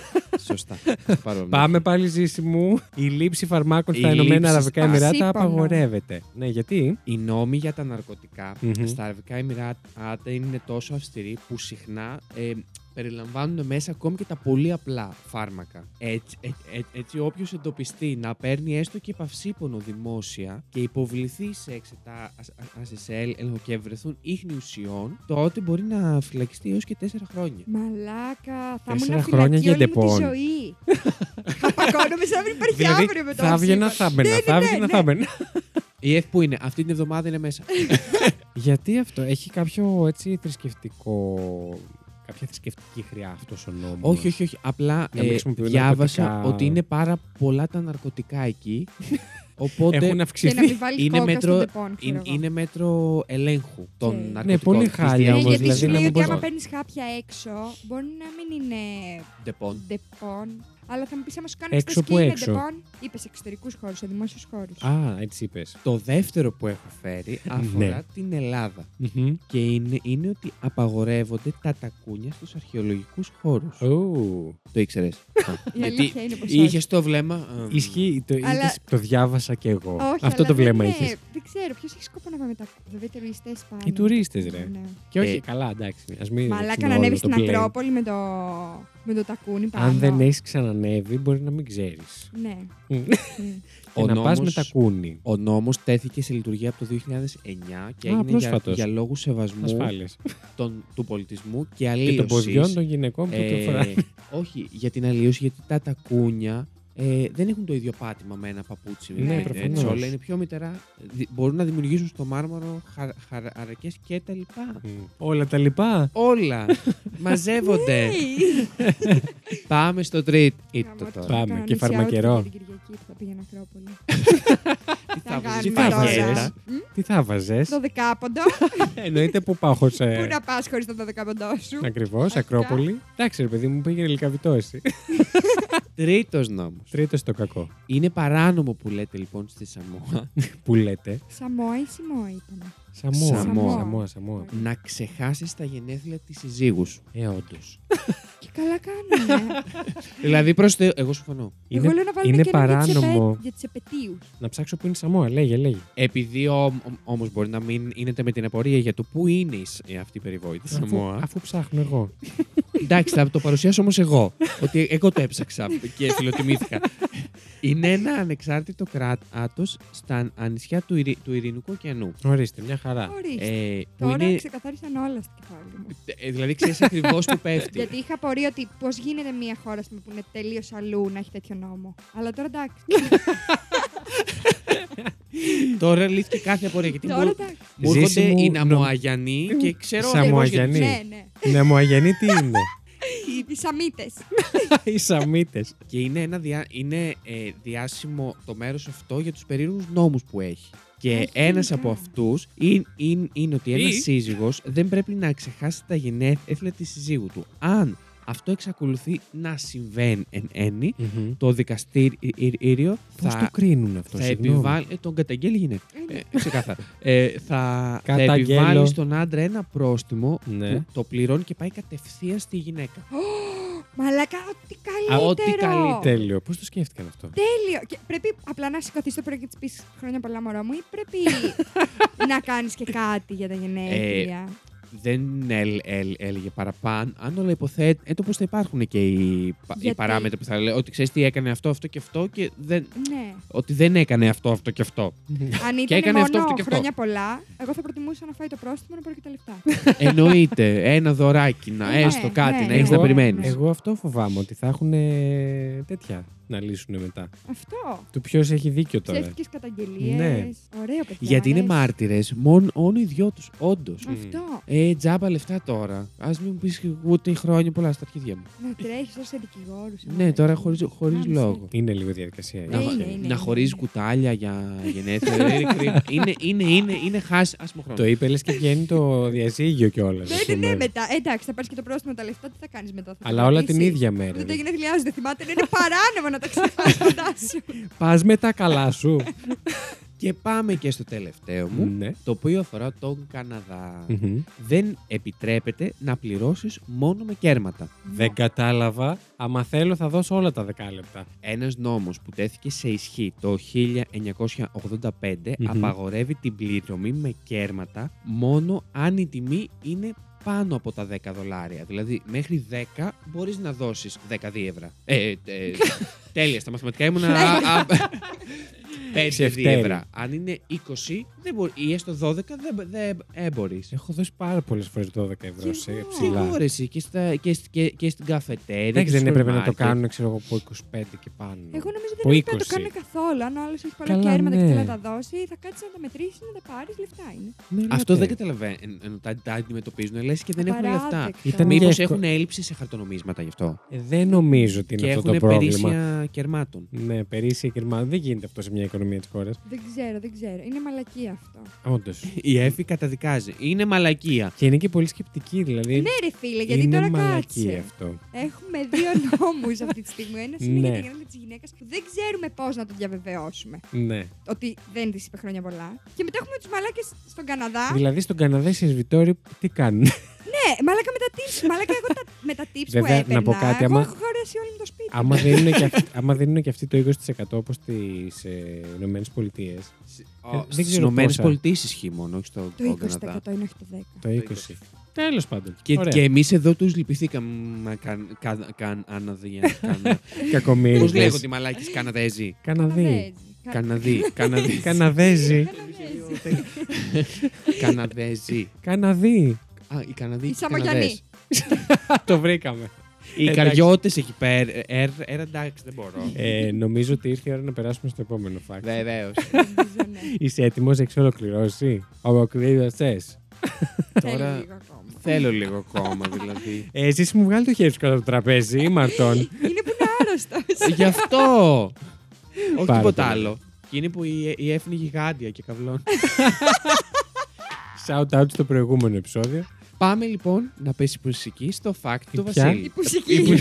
Speaker 3: Σωστά. Παρόμοιο.
Speaker 1: Πάμε πάλι, ζήση μου. Η λήψη φαρμάκων στα
Speaker 3: Η
Speaker 1: Ηνωμένα
Speaker 3: λήψη
Speaker 1: Αραβικά Εμμυράτα
Speaker 2: σπασίπονο.
Speaker 1: απαγορεύεται. Ναι, γιατί.
Speaker 3: Οι νόμοι για τα ναρκωτικα
Speaker 1: Μμμ.
Speaker 3: στα Αραβικά Εμμυράτα είναι τόσο αυστηροί που συχνά ε, περιλαμβάνουν μέσα ακόμη και τα πολύ απλά φάρμακα. Έτσι, ε, ε, έτσι όποιος εντοπιστεί να παίρνει έστω και παυσίπονο δημόσια και υποβληθεί σε εξετά SSL έλεγχο και βρεθούν ίχνη ουσιών, τότε μπορεί να φυλακιστεί έως και 4 χρόνια.
Speaker 2: Μαλάκα, θα ήμουν
Speaker 1: Τέσσερα
Speaker 2: φυλακή
Speaker 1: χρόνια
Speaker 2: όλη
Speaker 1: για λοιπόν.
Speaker 2: μου τη
Speaker 1: ντεπών.
Speaker 2: ζωή. Χαπακώνομαι σαν να μην υπάρχει αύριο μετά.
Speaker 1: Δηλαδή, θα έβγαινα, θα έμπαινα.
Speaker 2: Ναι,
Speaker 1: Θα έβγαινα, θα έμπαινα.
Speaker 3: Η ΕΦ που είναι, αυτή την εβδομάδα είναι μέσα.
Speaker 1: Γιατί αυτό, έχει κάποιο έτσι θρησκευτικό. κάποια θρησκευτική χρειά αυτός ο νόμος.
Speaker 3: όχι, όχι, όχι. Απλά
Speaker 1: Να μην
Speaker 3: ε,
Speaker 1: χρησιμοποιούν
Speaker 3: διάβασα
Speaker 1: ναρκωτικά.
Speaker 3: ότι είναι πάρα πολλά τα ναρκωτικά εκεί. Οπότε
Speaker 1: Έχουν
Speaker 2: Και να
Speaker 1: αυξηθεί.
Speaker 2: μην βάλει
Speaker 3: Είναι
Speaker 2: κόκα
Speaker 3: μέτρο-
Speaker 2: στον τεπών, ξέρω
Speaker 3: Είναι,
Speaker 2: εγώ.
Speaker 3: είναι μέτρο ελέγχου των
Speaker 2: Ναι,
Speaker 3: ναρκωτικών.
Speaker 1: πολύ
Speaker 3: της
Speaker 1: χάλια
Speaker 2: Ναι,
Speaker 3: διάρκειας
Speaker 1: όμως,
Speaker 2: γιατί
Speaker 1: δηλαδή,
Speaker 2: σου
Speaker 1: να
Speaker 2: λέει
Speaker 1: μην
Speaker 2: ότι
Speaker 1: μπορείς
Speaker 2: άμα
Speaker 1: να-
Speaker 2: παίρνεις χάπια έξω, μπορεί να μην είναι
Speaker 3: Ντεπών.
Speaker 2: ντεπών. Αλλά θα μου πεις άμα σου κάνει
Speaker 1: Έξω
Speaker 2: έξω
Speaker 1: που
Speaker 2: που είναι
Speaker 1: έξω.
Speaker 2: ντεπών. Είπες σε εξωτερικούς χώρους, σε δημόσιους χώρους.
Speaker 1: Α, έτσι είπες.
Speaker 3: Το δεύτερο που έχω φέρει αφορά
Speaker 1: Ναι.
Speaker 3: την Ελλάδα. Και είναι, είναι ότι απαγορεύονται τα τακούνια στους αρχαιολογικούς χώρους. Το ήξερες. Α,
Speaker 2: Η αλήθεια είναι πως.
Speaker 3: είχες το βλέμμα... α,
Speaker 1: Ισχύει, το,
Speaker 2: Αλλά-
Speaker 1: είδες, το διάβασα κι εγώ.
Speaker 2: Όχι,
Speaker 1: αυτό
Speaker 2: αλλά
Speaker 1: το βλέμμα
Speaker 2: δεν,
Speaker 1: είχε.
Speaker 2: είναι- Δεν ξέρω, ποιος έχει σκοπό να πάει μετά. Βέβαια, οι τουρίστε πάνε.
Speaker 1: Οι τουρίστες, ρε.
Speaker 2: Ναι.
Speaker 1: Και όχι,
Speaker 3: Ε,
Speaker 1: καλά, εντάξει. Ας μην
Speaker 2: Μαλάκα
Speaker 1: ρίξουμε
Speaker 2: να
Speaker 1: όλο
Speaker 2: ανέβει
Speaker 1: το
Speaker 2: στην
Speaker 1: blame.
Speaker 2: Ακρόπολη με το, με το τακούνι πάνω.
Speaker 1: Αν δεν έχει ξανανέβει, μπορεί να μην ξέρεις.
Speaker 2: Ναι.
Speaker 1: Μμ.
Speaker 2: Ναι.
Speaker 1: Και να πας με τα κούνη.
Speaker 3: ο νόμος τέθηκε σε λειτουργία από το 2009 και
Speaker 1: Α,
Speaker 3: έγινε για,
Speaker 1: πρόσφατος.
Speaker 3: για λόγους σεβασμού
Speaker 1: Ασφάλειε.
Speaker 3: των, του πολιτισμού και
Speaker 1: Και
Speaker 3: αλλίωσης.
Speaker 1: των ποδιών των γυναικών που το
Speaker 3: Ε,
Speaker 1: φοράνε.
Speaker 3: όχι, για την αλλίωση, γιατί τα τακούνια ε, δεν έχουν το ίδιο πάτημα με ένα παπούτσι.
Speaker 1: Ναι,
Speaker 3: έτσι,
Speaker 1: προφανώς.
Speaker 3: όλα είναι πιο μητερά. Δι- Μπορούν να δημιουργήσουν στο μάρμαρο χαρ, χαρακές και τα λοιπά.
Speaker 1: Μμ. Όλα τα λοιπά.
Speaker 3: Όλα
Speaker 1: Ε,
Speaker 3: μαζεύονται. Πάμε στο τρίτο. Ήττο
Speaker 1: Πάμε,
Speaker 3: τώρα.
Speaker 2: Κανονίσια
Speaker 1: και φαρμακερό.
Speaker 2: outfit για την Κυριακή που θα πήγαινα Ακρόπολη.
Speaker 3: Τι
Speaker 2: θα
Speaker 3: βάζεις,
Speaker 1: Τι
Speaker 2: κάνουμε
Speaker 1: θα
Speaker 2: τώρα.
Speaker 3: τι θα βάζεις.
Speaker 1: βάζες? Τι θα βάζες.
Speaker 2: Το δεκάποντο.
Speaker 1: Εννοείται που πάω
Speaker 3: Ε,
Speaker 2: Πού
Speaker 1: σε.
Speaker 2: να πας χωρίς το δεκάποντό σου.
Speaker 3: Ναι.
Speaker 1: Ακριβώ, Ακρόπολη. Εντάξει, ρε παιδί μου, πήγε γλυκαβιτό εσύ.
Speaker 3: Τρίτος νόμος.
Speaker 1: Τρίτος στο κακό.
Speaker 3: Είναι παράνομο που λέτε λοιπόν στη Σαμόα
Speaker 1: Που λέτε.
Speaker 2: Σαμόα ή Σιμόα ήταν.
Speaker 1: Σαμόα.
Speaker 3: Σαμόα.
Speaker 1: Σαμόα, Σαμόα.
Speaker 3: να ξεχάσεις τα γενέθλια της συζύγους σου.
Speaker 1: Ε, όντως.
Speaker 2: Και καλά κάνανε.
Speaker 3: δηλαδή προς Θεού, εγώ συμφωνώ.
Speaker 2: Εγώ λέω να βάλουμε
Speaker 1: είναι
Speaker 2: και ένα για τις επέ-
Speaker 1: παράνομο.
Speaker 2: Για τις επαιτίους.
Speaker 1: Να ψάξω που είναι η Σαμόα, λέγε, λέγε.
Speaker 3: Επειδή όμως μπορεί να μην είναι με την απορία για το πού είναι η σ- ε, αυτή η περιβόητη
Speaker 1: Αφού,
Speaker 3: Σαμόα.
Speaker 1: αφού ψάχνω εγώ.
Speaker 3: Εντάξει, θα το παρουσιάσω όμως εγώ. ότι εγώ το έψαξα και φιλοτιμήθηκα. είναι ένα ανεξάρτητο κράτος στα νησιά του, Ειρη- του Ειρηνικού ωκεανού.
Speaker 1: Ορίστε, μια χαρά.
Speaker 2: Ορίστε.
Speaker 3: Ε, που
Speaker 2: Τώρα
Speaker 3: είναι,
Speaker 2: ξεκαθάρισαν όλα στο κεφάλι μου.
Speaker 3: ε, δηλαδή ξέρεις ακριβώς που πέφτει.
Speaker 2: Γιατί είχα απορία ότι πώς γίνεται μια χώρα ας πούμε, που είναι τελείως αλλού να έχει τέτοιο νόμο. Αλλά τώρα εντάξει.
Speaker 3: Τώρα λύθηκε κάθε απορία. Γιατί
Speaker 2: Τώρα
Speaker 3: μου,
Speaker 2: εντάξει.
Speaker 3: μου
Speaker 1: Ζήση
Speaker 3: έρχονται
Speaker 1: μου,
Speaker 3: οι
Speaker 1: νο-
Speaker 3: Ναμοαγιανοί και ξέρω
Speaker 1: Σαμοαγιανοί.
Speaker 3: ακριβώς γιατί-
Speaker 1: Ναι.
Speaker 2: Ναι, ναι.
Speaker 1: Νεμοαγενή τι είναι.
Speaker 2: Οι Σαμίτε.
Speaker 1: οι Σαμίτε.
Speaker 3: Και είναι, ένα διά, είναι ε, διάσημο το μέρος αυτό για τους περίεργους νόμους που έχει. Και
Speaker 2: Έχει
Speaker 3: ένας
Speaker 2: γενικά.
Speaker 3: από αυτούς είναι, είναι, είναι ότι ένας
Speaker 1: ναι. Ή-
Speaker 3: σύζυγος δεν πρέπει να ξεχάσει τα γενέθλια της σύζυγου του. Αν αυτό εξακολουθεί να συμβαίνει εν έννη, το δικαστήριο
Speaker 1: Πώ το
Speaker 3: θα,
Speaker 1: κρίνουν αυτό,
Speaker 3: θα
Speaker 1: συγγνώμη. Ναι.
Speaker 3: επιβάλλει... ε, τον καταγγέλει η γυναίκα. Ε, ξεκάθαρα. Ε, θα, θα
Speaker 1: Καταγγέλλω.
Speaker 3: επιβάλλει στον άντρα ένα πρόστιμο
Speaker 1: Ναι.
Speaker 3: που το πληρώνει και πάει κατευθείαν στη γυναίκα.
Speaker 2: Μαλακά, ό,τι καλύτερο.
Speaker 3: ό,τι καλύτερο.
Speaker 1: Τέλειο. Πώς το σκέφτηκαν αυτό.
Speaker 2: Τέλειο. Και πρέπει απλά να σηκωθείς το πρωί και τη πει χρόνια πολλά, μωρό μου, ή πρέπει να κάνεις και κάτι για τα γενέθλια.
Speaker 3: δεν ελ, ελ, έλεγε παραπάνω. Αν όλα υποθέτω πως θα υπάρχουν και οι, πα- οι
Speaker 2: Γιατί?
Speaker 3: παράμετροι που θα λέει ότι ξέρεις τι έκανε αυτό, αυτό και αυτό και δεν,
Speaker 2: ναι.
Speaker 3: ότι δεν έκανε αυτό, αυτό και αυτό.
Speaker 2: Αν
Speaker 3: Και
Speaker 2: ήταν
Speaker 3: έκανε
Speaker 2: μόνο
Speaker 3: αυτό, αυτό και αυτό.
Speaker 2: χρόνια πολλά, εγώ θα προτιμούσα να φάει το πρόστιμο να πάρω και τα λεφτά.
Speaker 3: Εννοείται ένα δωράκι να
Speaker 2: Ναι,
Speaker 3: έστω κάτι,
Speaker 2: ναι,
Speaker 3: να
Speaker 2: ναι.
Speaker 3: έχει να
Speaker 2: Εγώ-
Speaker 3: περιμένει.
Speaker 2: Ναι.
Speaker 1: Εγώ αυτό φοβάμαι ότι θα έχουν ε, τέτοια. να λύσουν μετά.
Speaker 2: Αυτό.
Speaker 1: Του ποιος έχει δίκιο τώρα.
Speaker 2: Ψεύτικες καταγγελίες.
Speaker 1: Ναι.
Speaker 2: Ωραίο παιδί.
Speaker 3: Γιατί είναι μάρτυρες μόνο οι δυο τους, όντως.
Speaker 1: Μμ.
Speaker 2: Αυτό.
Speaker 3: Ε, τζάμπα λεφτά τώρα. Ας μην μου πεις ούτε χρόνια πολλά στα αρχίδια μου.
Speaker 2: Να τρέχεις σε δικηγόρου.
Speaker 3: Ναι, τώρα χωρίς- χωρίς λόγο.
Speaker 1: Είναι λίγο διαδικασία.
Speaker 3: Να,
Speaker 1: είναι.
Speaker 2: Ναι, είναι,
Speaker 3: να
Speaker 2: είναι,
Speaker 3: χωρίζει
Speaker 2: είναι.
Speaker 3: κουτάλια για γενέθλια. είναι, κρίμα. είναι, είναι, είναι, είναι χάσει. άσχημο χρόνο.
Speaker 1: Το είπες λες και βγαίνει το διαζύγιο κιόλας.
Speaker 2: Ναι, ναι, ναι, μετά. Ε, εντάξει, θα πάρεις και το πρόστιμο τα λεφτά, τι θα κάνεις μετά. Θα τα
Speaker 1: Αλλά όλα την
Speaker 2: κρατήσεις?
Speaker 1: ίδια μέρα.
Speaker 2: Δεν τα γενεθλιάζει, δεν θυμάται. Είναι παράνομο να τα ξεχάσει. φαντάσου.
Speaker 1: Πας με τα καλά σου.
Speaker 3: Και πάμε και στο τελευταίο μου,
Speaker 1: ναι.
Speaker 3: το οποίο αφορά τον καναδα
Speaker 1: Μμμ.
Speaker 3: Δεν επιτρέπεται να πληρώσεις μόνο με κέρματα.
Speaker 1: Δεν κατάλαβα. Άμα θέλω, θα δώσω όλα τα δεκάλεπτα.
Speaker 3: Ένας νόμος που τέθηκε σε ισχύ το 1985
Speaker 1: Μμμ.
Speaker 3: απαγορεύει την πληρωμή με κέρματα μόνο αν η τιμή είναι πάνω από τα 10 δολάρια. Δηλαδή, μέχρι 10 μπορείς να δώσεις 10 δίευρα. Ε, ε, τέλεια, στα μαθηματικά ήμουν... α, α, 5
Speaker 1: Ξεφτέλη.
Speaker 3: δίευρα. Αν είναι 20 δεν μπορεί, ή έστω 12 δεν, δεν ε, μπορείς.
Speaker 1: Έχω δώσει πάρα πολλές φορές 12 ευρώ
Speaker 2: Κι
Speaker 1: σε
Speaker 2: εγώ.
Speaker 1: ψηλά.
Speaker 3: Εγώ, ρε, εσύ, και, στα, και, σ- και, και στην καφετέρια.
Speaker 1: Εντάξει,
Speaker 3: και
Speaker 1: δεν
Speaker 3: στο
Speaker 1: έπρεπε να το
Speaker 3: μάρκετ.
Speaker 1: κάνουν, ξέρω εγώ, από 25 και πάνω.
Speaker 2: Εγώ νομίζω
Speaker 1: Που
Speaker 2: δεν πρέπει να το
Speaker 1: 20.
Speaker 2: κάνουν καθόλου. Αν ο άλλος έχει πολλά
Speaker 1: Καλά,
Speaker 2: κέρματα και
Speaker 1: ναι.
Speaker 2: θέλει να τα δώσει, θα κάτσει να τα μετρήσει, να τα πάρεις. Λεφτά είναι.
Speaker 1: Ναι,
Speaker 3: Αυτό δεν
Speaker 1: λέτε.
Speaker 3: καταλαβαίνω. Ενώ τα, τα αντιμετωπίζουν, λες και δεν έχουν λεφτά.
Speaker 2: Απαράδεκτο.
Speaker 1: Ήταν
Speaker 3: Μήπω
Speaker 1: Εύκολο.
Speaker 3: έχουν έλλειψη σε χαρτονομίσματα γι' αυτό.
Speaker 1: Ε, Δεν νομίζω ότι
Speaker 3: και
Speaker 1: είναι αυτό
Speaker 3: έχουν
Speaker 1: το πρόβλημα.
Speaker 3: περίσσια κερμάτων.
Speaker 1: Ναι, περίσσια κερμά. Δεν γίνεται αυτό σε μια οικονομία της χώρας.
Speaker 2: Δεν ξέρω, δεν ξέρω. Είναι μαλακή αυτό.
Speaker 1: Όντως.
Speaker 3: Η ΕΦΗ καταδικάζει. Είναι μαλακία.
Speaker 1: Και είναι και πολύ σκεπτική, δηλαδή.
Speaker 2: Ναι, ρε φίλε, γιατί
Speaker 1: είναι
Speaker 2: τώρα
Speaker 1: μαλακή
Speaker 2: κάτσε.
Speaker 1: αυτό.
Speaker 2: Έχουμε δύο νόμους αυτή τη στιγμή. Ένας είναι
Speaker 1: Ναι.
Speaker 2: για τα γενέθλια τη γυναίκα που δεν ξέρουμε πώς να το διαβεβαιώσουμε.
Speaker 1: Ναι.
Speaker 2: Ότι δεν της είπε χρόνια πολλά. Και μετά έχουμε τους μαλάκες στον Καναδά.
Speaker 1: Δηλαδή στον Καναδά οι σερβιτόροι τι κάνουν.
Speaker 2: Ναι, μαλάκα με τα tips. Μαλάκα εγώ τα, με τα tips που
Speaker 1: Βέβαια, να
Speaker 2: έπαιρνα.
Speaker 1: πω κάτι,
Speaker 2: εγώ
Speaker 1: άμα-
Speaker 2: έχω χωρέσει όλο μου το σπίτι.
Speaker 1: άμα, δεν είναι και αυτοί, άμα δεν είναι και αυτοί το 20% όπω στι ε, Ηνωμένες Πολιτείες,
Speaker 3: Ε,
Speaker 1: δεν
Speaker 3: Στις
Speaker 1: ξέρω
Speaker 3: Ηνωμένες
Speaker 1: πόσα.
Speaker 3: Πολιτείες ισχύει μόνο, όχι στο
Speaker 2: Το
Speaker 3: Καναδά.
Speaker 2: 20% είναι όχι το 10.
Speaker 1: το 20%. Τέλος πάντων.
Speaker 3: Και,
Speaker 1: Ωραία.
Speaker 3: και εμείς εδώ τους λυπηθήκαμε. Καν, καν, καν, αναδια- καν, Πώ
Speaker 1: Κακομοίριδες.
Speaker 3: λέγονται οι μαλάκες Καναδέζοι.
Speaker 1: Καναδί.
Speaker 2: Καναδέζι. Κα-
Speaker 3: Καναδί.
Speaker 2: Ναι.
Speaker 3: Καναδί.
Speaker 1: Καναδέζι.
Speaker 2: Καναδέζι.
Speaker 3: Καναδέζοι.
Speaker 1: Καναδί.
Speaker 3: Α, οι Καναδοί.
Speaker 2: Οι
Speaker 3: και οι
Speaker 2: Σαμογιανοί.
Speaker 3: Καναδές.
Speaker 1: το βρήκαμε.
Speaker 3: Οι
Speaker 1: Εντάξει.
Speaker 3: καριώτες εκεί πέρα. Ε, ε, ε, εντάξει, δεν μπορώ.
Speaker 1: Ε, νομίζω ότι ήρθε η ώρα να περάσουμε στο επόμενο fact.
Speaker 3: Βεβαίως.
Speaker 2: Νομίζω, ναι.
Speaker 1: Είσαι έτοιμος, έχεις ολοκληρώσει. Ολοκλήρωσε.
Speaker 2: Θέλω
Speaker 3: Τώρα-
Speaker 2: λίγο ακόμα.
Speaker 3: Θέλω λίγο ακόμα, δηλαδή.
Speaker 1: Ε, εσύ μου βγάλει το χέρι σου κάτω από το τραπέζι, ή Μαρτών.
Speaker 2: Είναι που είναι άρρωστο.
Speaker 3: Γι' αυτό! Όχι
Speaker 1: Πάρα
Speaker 3: τίποτα
Speaker 1: πολύ.
Speaker 3: άλλο. Και είναι που η, η Εύη είναι γιγάντια και καυλών.
Speaker 1: Shout out στο προηγούμενο επεισόδιο.
Speaker 3: Πάμε λοιπόν να πέσει η μουσική στο fact του
Speaker 1: ποια?
Speaker 2: Η
Speaker 3: Βασίλη.
Speaker 2: πουσική.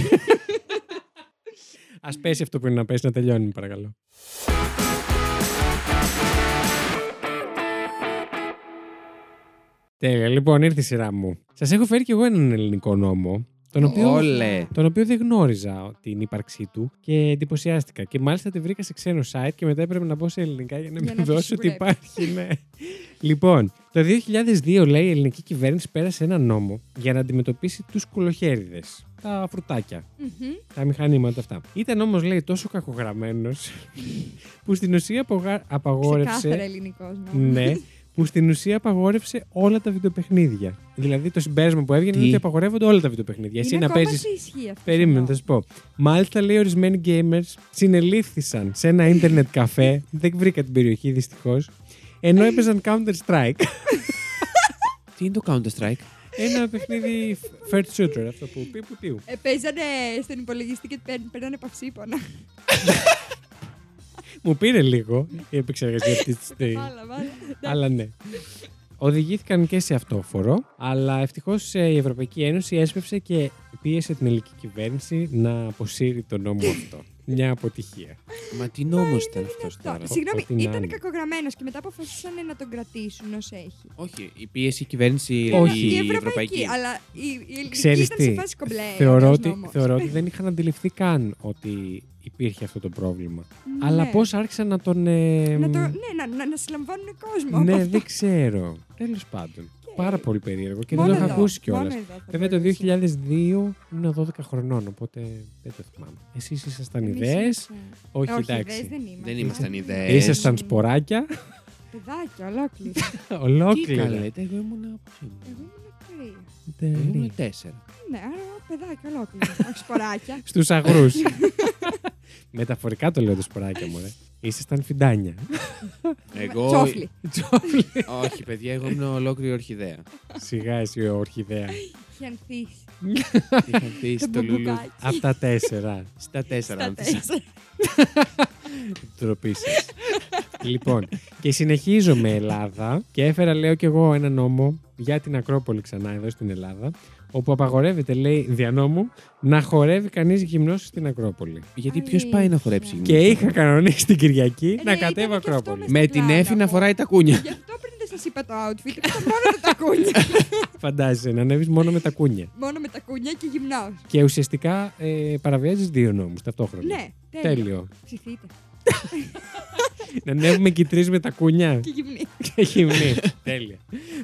Speaker 1: Ας πέσει αυτό που είναι να πέσει, να τελειώνει, παρακαλώ. Τέλεια, λοιπόν, ήρθε η σειρά μου. Σας έχω φέρει κι εγώ έναν ελληνικό νόμο, τον οποίο,
Speaker 3: Όλε.
Speaker 1: τον οποίο δεν γνώριζα την ύπαρξή του και εντυπωσιάστηκα. Και μάλιστα τη βρήκα σε ξένο site και μετά έπρεπε να μπω σε ελληνικά για να
Speaker 2: Για να
Speaker 1: μην
Speaker 2: δεις
Speaker 1: δώσω ότι
Speaker 2: που πρέπει.
Speaker 1: υπάρχει. Ναι. λοιπόν, το 2002 λέει η ελληνική κυβέρνηση πέρασε ένα νόμο για να αντιμετωπίσει τους κουλοχέριδε, τα φρουτάκια.
Speaker 2: Μμμ.
Speaker 1: Τα μηχανήματα αυτά. Ήταν όμως, λέει, τόσο κακογραμμένος που στην ουσία απογα-
Speaker 2: Ξεκάθαρα λοιπόν.
Speaker 1: απαγόρευσε.
Speaker 2: ελληνικός νόμος.
Speaker 1: ναι, που στην ουσία απαγόρευσε όλα τα βιντεοπαιχνίδια. Δηλαδή το συμπέρασμα που έβγαινε
Speaker 3: Τι?
Speaker 1: είναι ότι απαγορεύονται όλα τα βιντεοπαιχνίδια. Εσύ να
Speaker 2: Είναι ακόμα
Speaker 1: παίζεις.
Speaker 2: σε ισχύ αυτό.
Speaker 1: Περίμενε, θα
Speaker 2: Εδώ.
Speaker 1: σου πω. Μάλιστα, λέει, ορισμένοι gamers συνελήφθησαν σε ένα ίντερνετ καφέ. Δεν βρήκα την περιοχή, δυστυχώς. Ενώ έπαιζαν Counter-Strike.
Speaker 3: Τι είναι το Counter Strike.
Speaker 1: ένα παιχνίδι first shooter, αυτό που πει που πιου.
Speaker 2: Ε, Παίζανε στον υπολογιστή και παίρν- παίρνανε παυσίπονα.
Speaker 1: Μου πήρε λίγο η επεξεργασία αυτή τη στιγμή.
Speaker 2: Βάλα, βάλα.
Speaker 1: αλλά ναι. Οδηγήθηκαν και σε αυτόφορο, αλλά ευτυχώς η Ευρωπαϊκή Ένωση έσπευσε και πίεσε την ελληνική κυβέρνηση να αποσύρει τον νόμο αυτό. Μια αποτυχία.
Speaker 3: Μα τι νόμος ήταν
Speaker 2: Είναι
Speaker 3: αυτό
Speaker 2: αυτό.
Speaker 3: τώρα.
Speaker 2: Συγγνώμη,
Speaker 1: ό,τι να είναι.
Speaker 2: ήταν κακογραμμένος και μετά αποφασίσανε να τον κρατήσουν ως έχει.
Speaker 3: Όχι, η πίεση η κυβέρνηση
Speaker 1: Όχι.
Speaker 3: η ευρωπαϊκή.
Speaker 2: Αλλά η, η ελληνική
Speaker 1: Ξέρεις
Speaker 2: ήταν σε
Speaker 1: τι,
Speaker 2: φάση κομπλέ.
Speaker 1: θεωρώ
Speaker 2: ωραίος
Speaker 1: ότι,
Speaker 2: νόμος.
Speaker 1: θεωρώ ότι δεν είχαν αντιληφθεί καν ότι υπήρχε αυτό το πρόβλημα.
Speaker 2: Ναι.
Speaker 1: Αλλά πώς άρχισαν να τον. ε,
Speaker 2: Να το, ναι, να, να, να συλλαμβάνουν κόσμο. από
Speaker 1: ναι,
Speaker 2: αυτό.
Speaker 1: δεν ξέρω. Τέλος πάντων. Πάρα πολύ περίεργο και δεν
Speaker 2: Μόνο
Speaker 1: το είχα
Speaker 2: εδώ,
Speaker 1: ακούσει
Speaker 2: μόνο
Speaker 1: κιόλα.
Speaker 2: εδώ θα
Speaker 1: Βέβαια το
Speaker 2: μπορούσε.
Speaker 1: 2002 ήμουν 12 χρονών, οπότε δεν το θυμάμαι. Εσείς ήσασταν
Speaker 2: Εμείς
Speaker 1: ιδέες.
Speaker 2: ήμασταν-
Speaker 1: Όχι,
Speaker 2: Όχι,
Speaker 1: εντάξει.
Speaker 2: ιδέες δεν ήμασταν.
Speaker 3: Δεν ήμασταν ιδέες. Ε,
Speaker 1: Ήσασταν σποράκια.
Speaker 2: Παιδάκια, ολόκληρο.
Speaker 3: Τι
Speaker 1: Ολόκληρα.
Speaker 3: καλέτε, εγώ ήμουν. πόσο ήμουν?
Speaker 2: Εγώ ήμουν τρία.
Speaker 3: Εγώ ήμουν τέσσερα.
Speaker 2: Ναι, άρα παιδάκια ολόκληρα. Όχι σποράκια.
Speaker 1: Στους αγρούς. Μεταφορικά το λέω το σποράκι μου, ρε. Ήσασταν φιντάνια.
Speaker 3: Εγώ.
Speaker 2: Τσόφλι.
Speaker 1: Τσόφλι.
Speaker 3: Όχι, παιδιά, εγώ ήμουν ολόκληρη ορχιδέα.
Speaker 1: Σιγά εσύ, ορχιδέα.
Speaker 2: Χιανθείς.
Speaker 3: Τι είχα δει
Speaker 2: Το
Speaker 3: στο λουλούδι.
Speaker 2: μπουμπουκάκι.
Speaker 1: Από τα τέσσερα.
Speaker 3: Στα τέσσερα,
Speaker 2: Στα
Speaker 3: αν θες.
Speaker 2: τέσσερα.
Speaker 1: Τροπή σας. λοιπόν, και συνεχίζω με Ελλάδα και έφερα, λέω κι εγώ, ένα νόμο για την Ακρόπολη ξανά εδώ στην Ελλάδα. Όπου απαγορεύεται, λέει, δια νόμου, να χορεύει κανείς γυμνός στην Ακρόπολη.
Speaker 3: Γιατί
Speaker 2: ναι.
Speaker 3: ποιο πάει να χορέψει γυμνός.
Speaker 1: Και είχα κανονίσει την Κυριακή
Speaker 2: Ε,
Speaker 1: να
Speaker 2: ναι,
Speaker 1: κατέβω
Speaker 2: ήταν και αυτό
Speaker 1: Ακρόπολη.
Speaker 2: μες-
Speaker 3: Με την έφη να φοράει τα κούνια.
Speaker 2: Γι' αυτό πριν δεν σας είπα το outfit, είπα μόνο με τα κούνια.
Speaker 1: Φαντάζεσαι να ανέβεις μόνο με τα κούνια.
Speaker 2: μόνο με τα κούνια και γυμνάω.
Speaker 1: Και ουσιαστικά ε, παραβιάζεις δύο νόμους ταυτόχρονα.
Speaker 2: Ναι, τέλειο.
Speaker 1: Τέλειο.
Speaker 2: Ψηθείτε.
Speaker 1: να ανέβουμε και οι τρεις με τα κούνια
Speaker 2: Και γυμνή.
Speaker 1: και γυμνή. Τέλεια.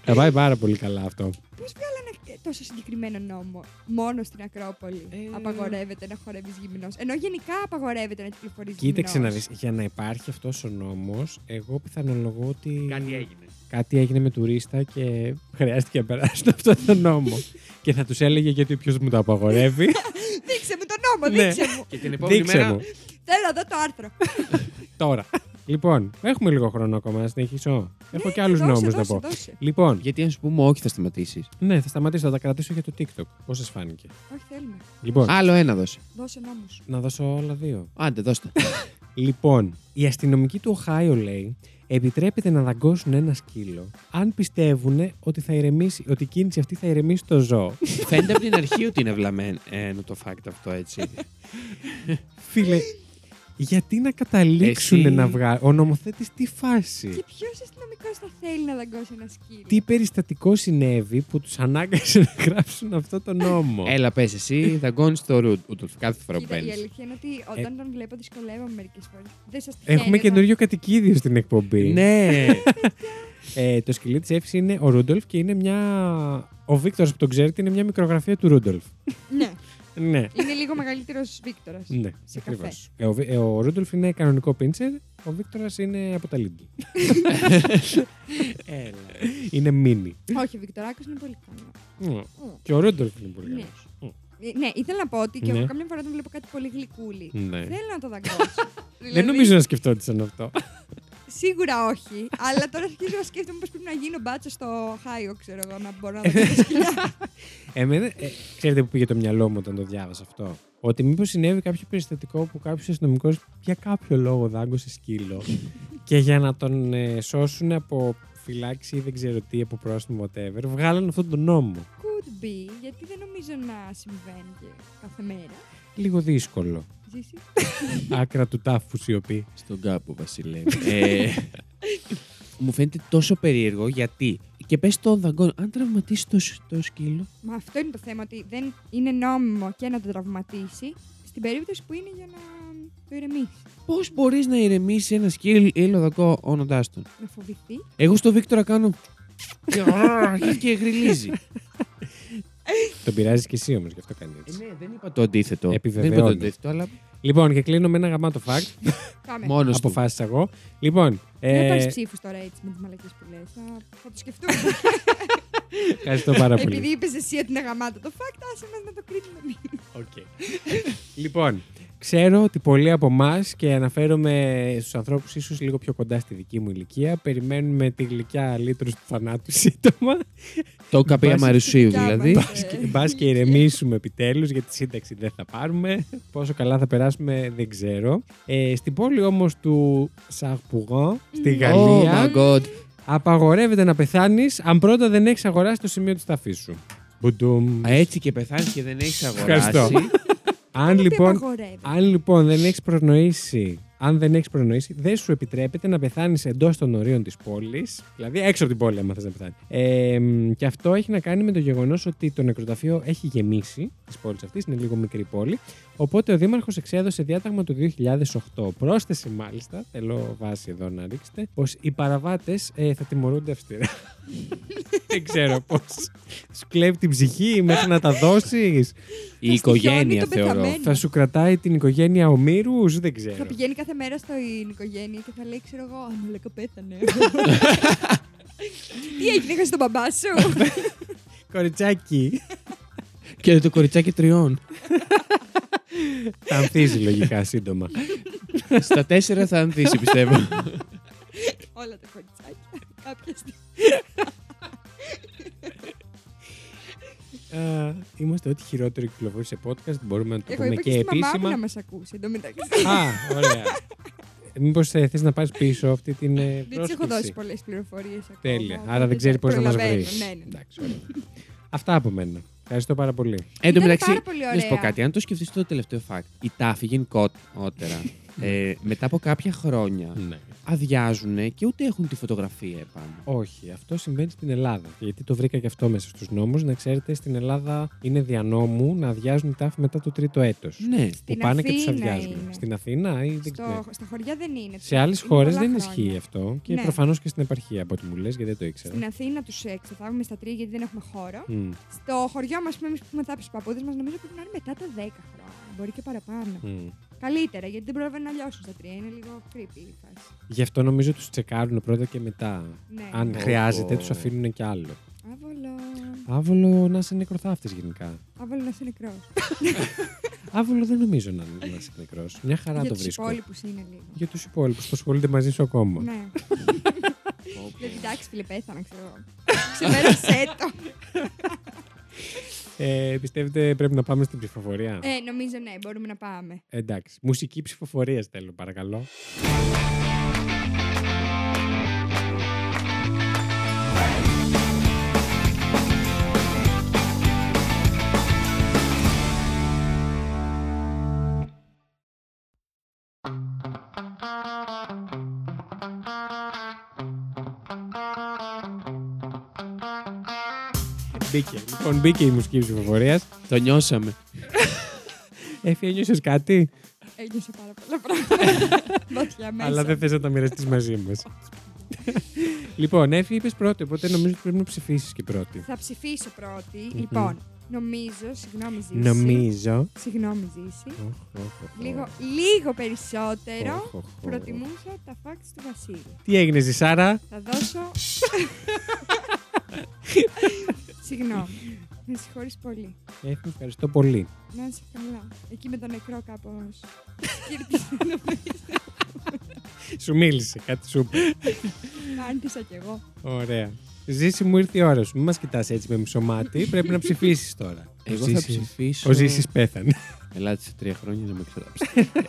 Speaker 1: Θα πάει πάρα πολύ καλά αυτό.
Speaker 2: Πώς βγάλανε ε, τόσο συγκεκριμένο νόμο. Μόνο στην Ακρόπολη
Speaker 3: Ε.
Speaker 2: απαγορεύεται να χορεύεις γυμνός. Ενώ γενικά απαγορεύεται να κυκλοφορείς γυμνό.
Speaker 1: Κοίταξε να δεις, για να υπάρχει αυτός ο νόμος, εγώ πιθανολογώ ότι
Speaker 3: έγινε.
Speaker 1: κάτι έγινε με τουρίστα και χρειάστηκε να περάσουν αυτό το νόμο. και θα τους έλεγε γιατί ποιος μου το απαγορεύει.
Speaker 2: Δείξε μου τον νόμο,
Speaker 1: Ναι.
Speaker 2: δείξε μου.
Speaker 3: Και την επόμενη
Speaker 1: Δείξε
Speaker 3: μέρα.
Speaker 1: μου.
Speaker 2: Θέλω να δω το άρθρο.
Speaker 1: Τώρα. Λοιπόν, έχουμε λίγο χρόνο ακόμα να συνεχίσω. Έχω
Speaker 2: Ναι,
Speaker 1: και άλλους
Speaker 2: δώσε,
Speaker 1: νόμους να
Speaker 2: δώσε,
Speaker 1: πω.
Speaker 2: δώσε.
Speaker 1: Λοιπόν,
Speaker 3: Γιατί αν σου πούμε όχι θα σταματήσεις.
Speaker 1: ναι, θα σταματήσω, θα τα κρατήσω για το TikTok. Πώς σας φάνηκε.
Speaker 2: Όχι, θέλουμε.
Speaker 1: Λοιπόν,
Speaker 3: Άλλο ένα δώσε.
Speaker 2: Δώσε νόμους.
Speaker 1: να δώσω όλα δύο.
Speaker 3: Άντε, δώστε.
Speaker 1: Λοιπόν, η αστυνομική του Οχάιο λέει επιτρέπεται να δαγκώσουν ένα σκύλο αν πιστεύουν ότι, θα ηρεμήσει, ότι η κίνηση αυτή θα ηρεμήσει το ζώο.
Speaker 3: Φαίνεται από την αρχή ότι είναι βλαμμένο το fact αυτό έτσι.
Speaker 1: Φίλε, γιατί να καταλήξουν
Speaker 3: Εσύ-
Speaker 1: να βγάλουν. Ο νομοθέτης τι φάση.
Speaker 2: Και ποιος αστυνομικός θα θέλει να δαγκώσει ένα σκύλο.
Speaker 1: Τι περιστατικό συνέβη που τους ανάγκασε να γράψουν αυτό το νόμο.
Speaker 3: Έλα, πες εσύ, δαγκώνεις το ρουτ. Ούτως κάθε φορά που
Speaker 2: Κοίτα, η
Speaker 3: παίρνεις.
Speaker 2: αλήθεια είναι ότι όταν τον βλέπω δυσκολεύομαι μερικές φορές. Δεν σας τυχαίνει.
Speaker 1: Ε, Έχουμε
Speaker 2: όταν-
Speaker 1: καινούριο κατοικίδιο στην εκπομπή.
Speaker 3: Ναι.
Speaker 1: Ε, το σκυλί της Εύσης είναι ο Ρούντολφ και είναι μια. Ο Βίκτορα που τον ξέρετε είναι μια μικρογραφία του Ρούντολφ.
Speaker 2: Ναι,
Speaker 1: ναι.
Speaker 2: είναι λίγο μεγαλύτερος Βίκτορας.
Speaker 1: Ναι,
Speaker 2: σε
Speaker 1: ακριβώς. Ε, ο, Βι- ε, ο Ρούντολφ είναι κανονικό πίντσερ, ο Βίκτορας είναι από τα Lidl. Έλα. Είναι μίνι.
Speaker 2: Όχι, ο Βικτοράκος είναι πολύ καλό. Μμ.
Speaker 1: Και ο Ρούντολφ είναι πολύ
Speaker 2: Ναι.
Speaker 1: καλός. Μμ.
Speaker 2: Ε, Ναι, ήθελα να πω ότι και
Speaker 1: Ναι.
Speaker 2: εγώ καμιά φορά όταν βλέπω κάτι πολύ γλυκούλι.
Speaker 1: Ναι.
Speaker 2: Θέλω να το δαγκώσω. δηλαδή,
Speaker 1: Δεν νομίζω να σκεφτόντουσαν αυτό.
Speaker 2: Σίγουρα όχι, αλλά τώρα αρχίζω να σκέφτομαι πώς πρέπει να γίνω μπάτσο στο Χάιο, ξέρω εγώ, να μπορώ να δαγκώσω σκυλιά.
Speaker 1: Εμένα, ε, ξέρετε που πήγε το μυαλό μου όταν το διάβασα αυτό. Ότι μήπως συνέβη κάποιο περιστατικό που κάποιος αστυνομικός για κάποιο λόγο δάγκωσε σκύλο και για να τον ε, σώσουν από φυλάξη ή δεν ξέρω τι, από πρόστιμο, whatever, βγάλαν αυτόν τον νόμο.
Speaker 2: Could be, γιατί δεν νομίζω να συμβαίνει και κάθε μέρα.
Speaker 1: Λίγο δύσκολο.
Speaker 2: Ζήσει.
Speaker 1: Άκρα του τάφου σιωπή.
Speaker 3: Στον κάπου, Βασιλεύει. Ε, Μου φαίνεται τόσο περίεργο γιατί. Και πες τον δαγκών, αν τραυματίσεις το, σ- το σκύλο.
Speaker 2: Μα αυτό είναι το θέμα, ότι δεν είναι νόμιμο και να το τραυματίσει στην περίπτωση που είναι για να το ηρεμήσει.
Speaker 3: Πώς μπορείς να ηρεμήσεις ένα σκύλο δαγκώνοντά τον.
Speaker 2: Να φοβηθεί.
Speaker 3: Εγώ στο Βίκτορα κάνω. και αρχίζει και Ε, γριλίζει.
Speaker 1: Τον πειράζει και εσύ όμως, γι' αυτό κάνει έτσι.
Speaker 3: ναι, δεν είπα το αντίθετο.
Speaker 1: Επιβεβαιώνω.
Speaker 3: Δεν είπα το αντίθετο, αλλά
Speaker 1: Λοιπόν, και κλείνω με ένα γαμάτο fact.
Speaker 2: Πάμε.
Speaker 3: μόνος του.
Speaker 1: Αποφάσισα εγώ. Λοιπόν,
Speaker 2: Δεν
Speaker 1: ε,
Speaker 2: πάρεις ψήφους τώρα έτσι με τις μαλακέ που λες. Θα, θα το σκεφτούμε.
Speaker 1: ευχαριστώ πάρα πολύ.
Speaker 2: Επειδή είπες εσύ ότι είναι γαμάτο το fact, άσε μας να το κρίνουμε εμείς.
Speaker 1: Οκ. λοιπόν, ξέρω ότι πολλοί από εμάς και αναφέρομαι στους ανθρώπους ίσως λίγο πιο κοντά στη δική μου ηλικία, περιμένουμε τη γλυκιά λίτρου του θανάτου σύντομα.
Speaker 3: Το καπία Μαρουσίου δηλαδή.
Speaker 1: Μπα και ηρεμήσουμε επιτέλους, γιατί τη σύνταξη δεν θα πάρουμε. Πόσο καλά θα περάσουμε, δεν ξέρω. Ε, στην πόλη όμως του Σαρπουργόν, στη
Speaker 2: Mm.
Speaker 3: Oh
Speaker 1: Γαλλία,
Speaker 3: my god.
Speaker 1: απαγορεύεται να πεθάνεις αν πρώτα δεν έχεις αγοράσει το σημείο της ταφής σου. Μπουντουμ.
Speaker 3: Α, Έτσι και πεθάνεις και δεν έχεις αγοράσει.
Speaker 1: Ευχαριστώ.
Speaker 2: Ε,
Speaker 1: Αν λοιπόν
Speaker 2: Απαγορεύει.
Speaker 1: Αν λοιπόν δεν έχεις προνοήσει, αν δεν έχεις προνοήσει, δεν σου επιτρέπεται να πεθάνεις εντός των ορίων της πόλης, δηλαδή έξω από την πόλη, άμα θες να πεθάνεις. Ε, μ, και αυτό έχει να κάνει με το γεγονός ότι το νεκροταφείο έχει γεμίσει τη πόλη αυτή, είναι λίγο μικρή πόλη. Οπότε ο Δήμαρχος εξέδωσε διάταγμα του 2008. Πρόσθεσε μάλιστα, θέλω βάση εδώ να ρίξετε, πως οι παραβάτες θα τιμωρούνται αυστηρά. δεν ξέρω πώς. Σου κλέβει την ψυχή μέχρι να τα δώσεις.
Speaker 3: Η οικογένεια
Speaker 2: το
Speaker 3: θεωρώ.
Speaker 2: πεθαμένο.
Speaker 1: Θα σου κρατάει την οικογένεια ο Μύρους, δεν ξέρω.
Speaker 2: Θα πηγαίνει κάθε μέρα στην οικογένεια και θα λέει, ξέρω εγώ, Α, μαλακά πέθανε. Τι έγινε, είχα τον μπαμπά σου.
Speaker 1: Κοριτσάκι.
Speaker 3: Και το κοριτσάκι τριών.
Speaker 1: Θα ανθίζει λογικά σύντομα.
Speaker 3: Στα τέσσερα θα ανθίσει, πιστεύω.
Speaker 2: Όλα τα κοριτσάκια. Κάποια στιγμή.
Speaker 1: Ε, είμαστε ό,τι χειρότερο κυκλοφορείς σε podcast. Μπορούμε να το
Speaker 2: Εγώ
Speaker 1: πούμε
Speaker 2: είπα και
Speaker 1: και
Speaker 2: στη μαμά μου
Speaker 1: επίσημα.
Speaker 2: να μας ακούσει εντωμεταξύ.
Speaker 1: Α, ωραία. Μήπως θες να πάρεις πίσω αυτή την. ε,
Speaker 2: Δεν της έχω
Speaker 1: πρόσκληση.
Speaker 2: δώσει πολλές πληροφορίες ακόμα.
Speaker 1: Τέλεια. Άρα
Speaker 2: οπότε
Speaker 1: δεν ξέρεις πώς να μα βρει.
Speaker 2: προλαβαίνω, Ναι, ναι.
Speaker 1: Εντάξει, ωραία. Αυτά από μένα. Ευχαριστώ πάρα πολύ.
Speaker 3: Εν τω
Speaker 2: Ήταν
Speaker 3: μεταξύ,
Speaker 2: πάρα πολύ
Speaker 3: να σου πω
Speaker 2: ωραία.
Speaker 3: κάτι. Αν το σκεφτείς το τελευταίο fact, η τάφη γενικότερα ε, μετά από κάποια χρόνια
Speaker 1: Ναι.
Speaker 3: αδειάζουν και ούτε έχουν τη φωτογραφία επάνω.
Speaker 1: Όχι, αυτό συμβαίνει στην Ελλάδα. Γιατί το βρήκα και αυτό μέσα στους νόμους. Να ξέρετε, στην Ελλάδα είναι διανόμου να αδειάζουν οι τάφοι μετά το τρίτο έτος.
Speaker 3: Ναι.
Speaker 1: Που
Speaker 2: Στην
Speaker 1: πάνε και τους
Speaker 2: Αθήνα
Speaker 1: αδειάζουν.
Speaker 2: είναι.
Speaker 1: Στην Αθήνα ή δεν ξέρω.
Speaker 2: Στο, στα χωριά δεν είναι.
Speaker 1: Σε άλλες
Speaker 2: Είναι
Speaker 1: χώρες
Speaker 2: πολλά
Speaker 1: δεν
Speaker 2: χρόνια.
Speaker 1: ισχύει αυτό. Και
Speaker 2: Ναι.
Speaker 1: προφανώς και στην επαρχία από ό,τι μου λες, γιατί δεν το ήξερα.
Speaker 2: Στην Αθήνα τους εξετάβουμε στα τρία γιατί δεν έχουμε χώρο.
Speaker 1: Μμ,
Speaker 2: Στο χωριό μας που εμείς που έχουμε τάψει του παππούδες μας, νομίζω πρέπει να είναι μετά τα 10 χρόνια. Μπορεί και παραπάνω.
Speaker 1: μμ.
Speaker 2: Καλύτερα γιατί δεν προλαβαίνουν να λιώσουν στα τρία. Είναι λίγο creepy η φάση.
Speaker 1: Γι' αυτό νομίζω τους τσεκάρουν πρώτα και μετά.
Speaker 2: Ναι.
Speaker 1: Αν
Speaker 3: Ω,
Speaker 1: χρειάζεται,
Speaker 3: ω.
Speaker 1: του αφήνουν και άλλο.
Speaker 2: Άβολο.
Speaker 1: Άβολο να είσαι νεκροθάφτης γενικά.
Speaker 2: Άβολο να είσαι νεκρός.
Speaker 1: Άβολο δεν νομίζω να, να είσαι νεκρός. Μια χαρά
Speaker 2: Για
Speaker 1: το
Speaker 2: τους
Speaker 1: βρίσκω. Λοιπόν.
Speaker 2: υπόλοιπους είναι λίγο.
Speaker 1: Για τους υπόλοιπους που ασχολούνται μαζί σου ακόμα.
Speaker 2: Ναι. Δηλαδή, εντάξει, φίλε, πέθανα, ξέρω εγώ. Ξεμέρασέ το.
Speaker 1: Ε, πιστεύετε πρέπει να πάμε στην ψηφοφορία.
Speaker 2: Ε, νομίζω ναι, μπορούμε να πάμε.
Speaker 1: Εντάξει. Μουσική ψηφοφορίας θέλω, παρακαλώ. Μπήκε. Λοιπόν, μπήκε η μουσική ψηφοφορίας.
Speaker 3: Το νιώσαμε.
Speaker 1: Έφυγε, νιώσε κάτι.
Speaker 2: Ένιωσα πάρα πολλά πράγματα. Βαθιά μέσα.
Speaker 1: Αλλά δεν θες να τα μοιραστείς μαζί μας. λοιπόν, Εφη, είπες πρώτη, οπότε νομίζω ότι πρέπει να ψηφίσεις και πρώτη.
Speaker 2: Θα ψηφίσω πρώτη.
Speaker 1: Μμμ.
Speaker 2: Λοιπόν, νομίζω, συγγνώμη ζήση.
Speaker 1: Νομίζω.
Speaker 2: Συγγνώμη ζήση.
Speaker 1: Οχ, οχ, οχ,
Speaker 2: Λίγο,
Speaker 1: οχ,
Speaker 2: λίγο περισσότερο
Speaker 1: οχ, οχ.
Speaker 2: προτιμούσα τα facts του Βασίλη.
Speaker 1: Τι έγινε, Ζησάρα.
Speaker 2: Θα δώσω... Συγγνώμη. Με συγχωρείς πολύ.
Speaker 1: Εφη, ευχαριστώ πολύ.
Speaker 2: Να είσαι καλά. Εκεί με τον νεκρό κάπως.
Speaker 1: Σου μίλησε, κάτι σου είπε.
Speaker 2: Άντισα κι εγώ.
Speaker 1: Ωραία. Ζήση μου ήρθε η ώρα σου. Μην μας κοιτάς έτσι με μισομάτι. πρέπει να ψηφίσεις τώρα.
Speaker 3: Εγώ
Speaker 1: Ο
Speaker 3: θα
Speaker 1: Ζήσης-
Speaker 3: ψηφίσω.
Speaker 1: Ο Ζήσης πέθανε.
Speaker 3: Ελάτε σε τρία χρόνια να με ξεράψετε.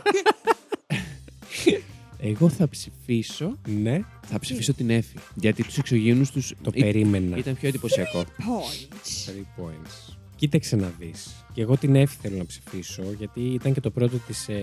Speaker 3: Εγώ θα ψηφίσω.
Speaker 1: ναι,
Speaker 3: Θα ψηφίσω την Εφη. Γιατί τους εξωγήινους τους.
Speaker 1: το περίμενα.
Speaker 3: Ήταν πιο εντυπωσιακό.
Speaker 2: Points.
Speaker 1: Three points. Κοίταξε να δεις. Και εγώ την Εφη θέλω να ψηφίσω, γιατί ήταν και το πρώτο της ε,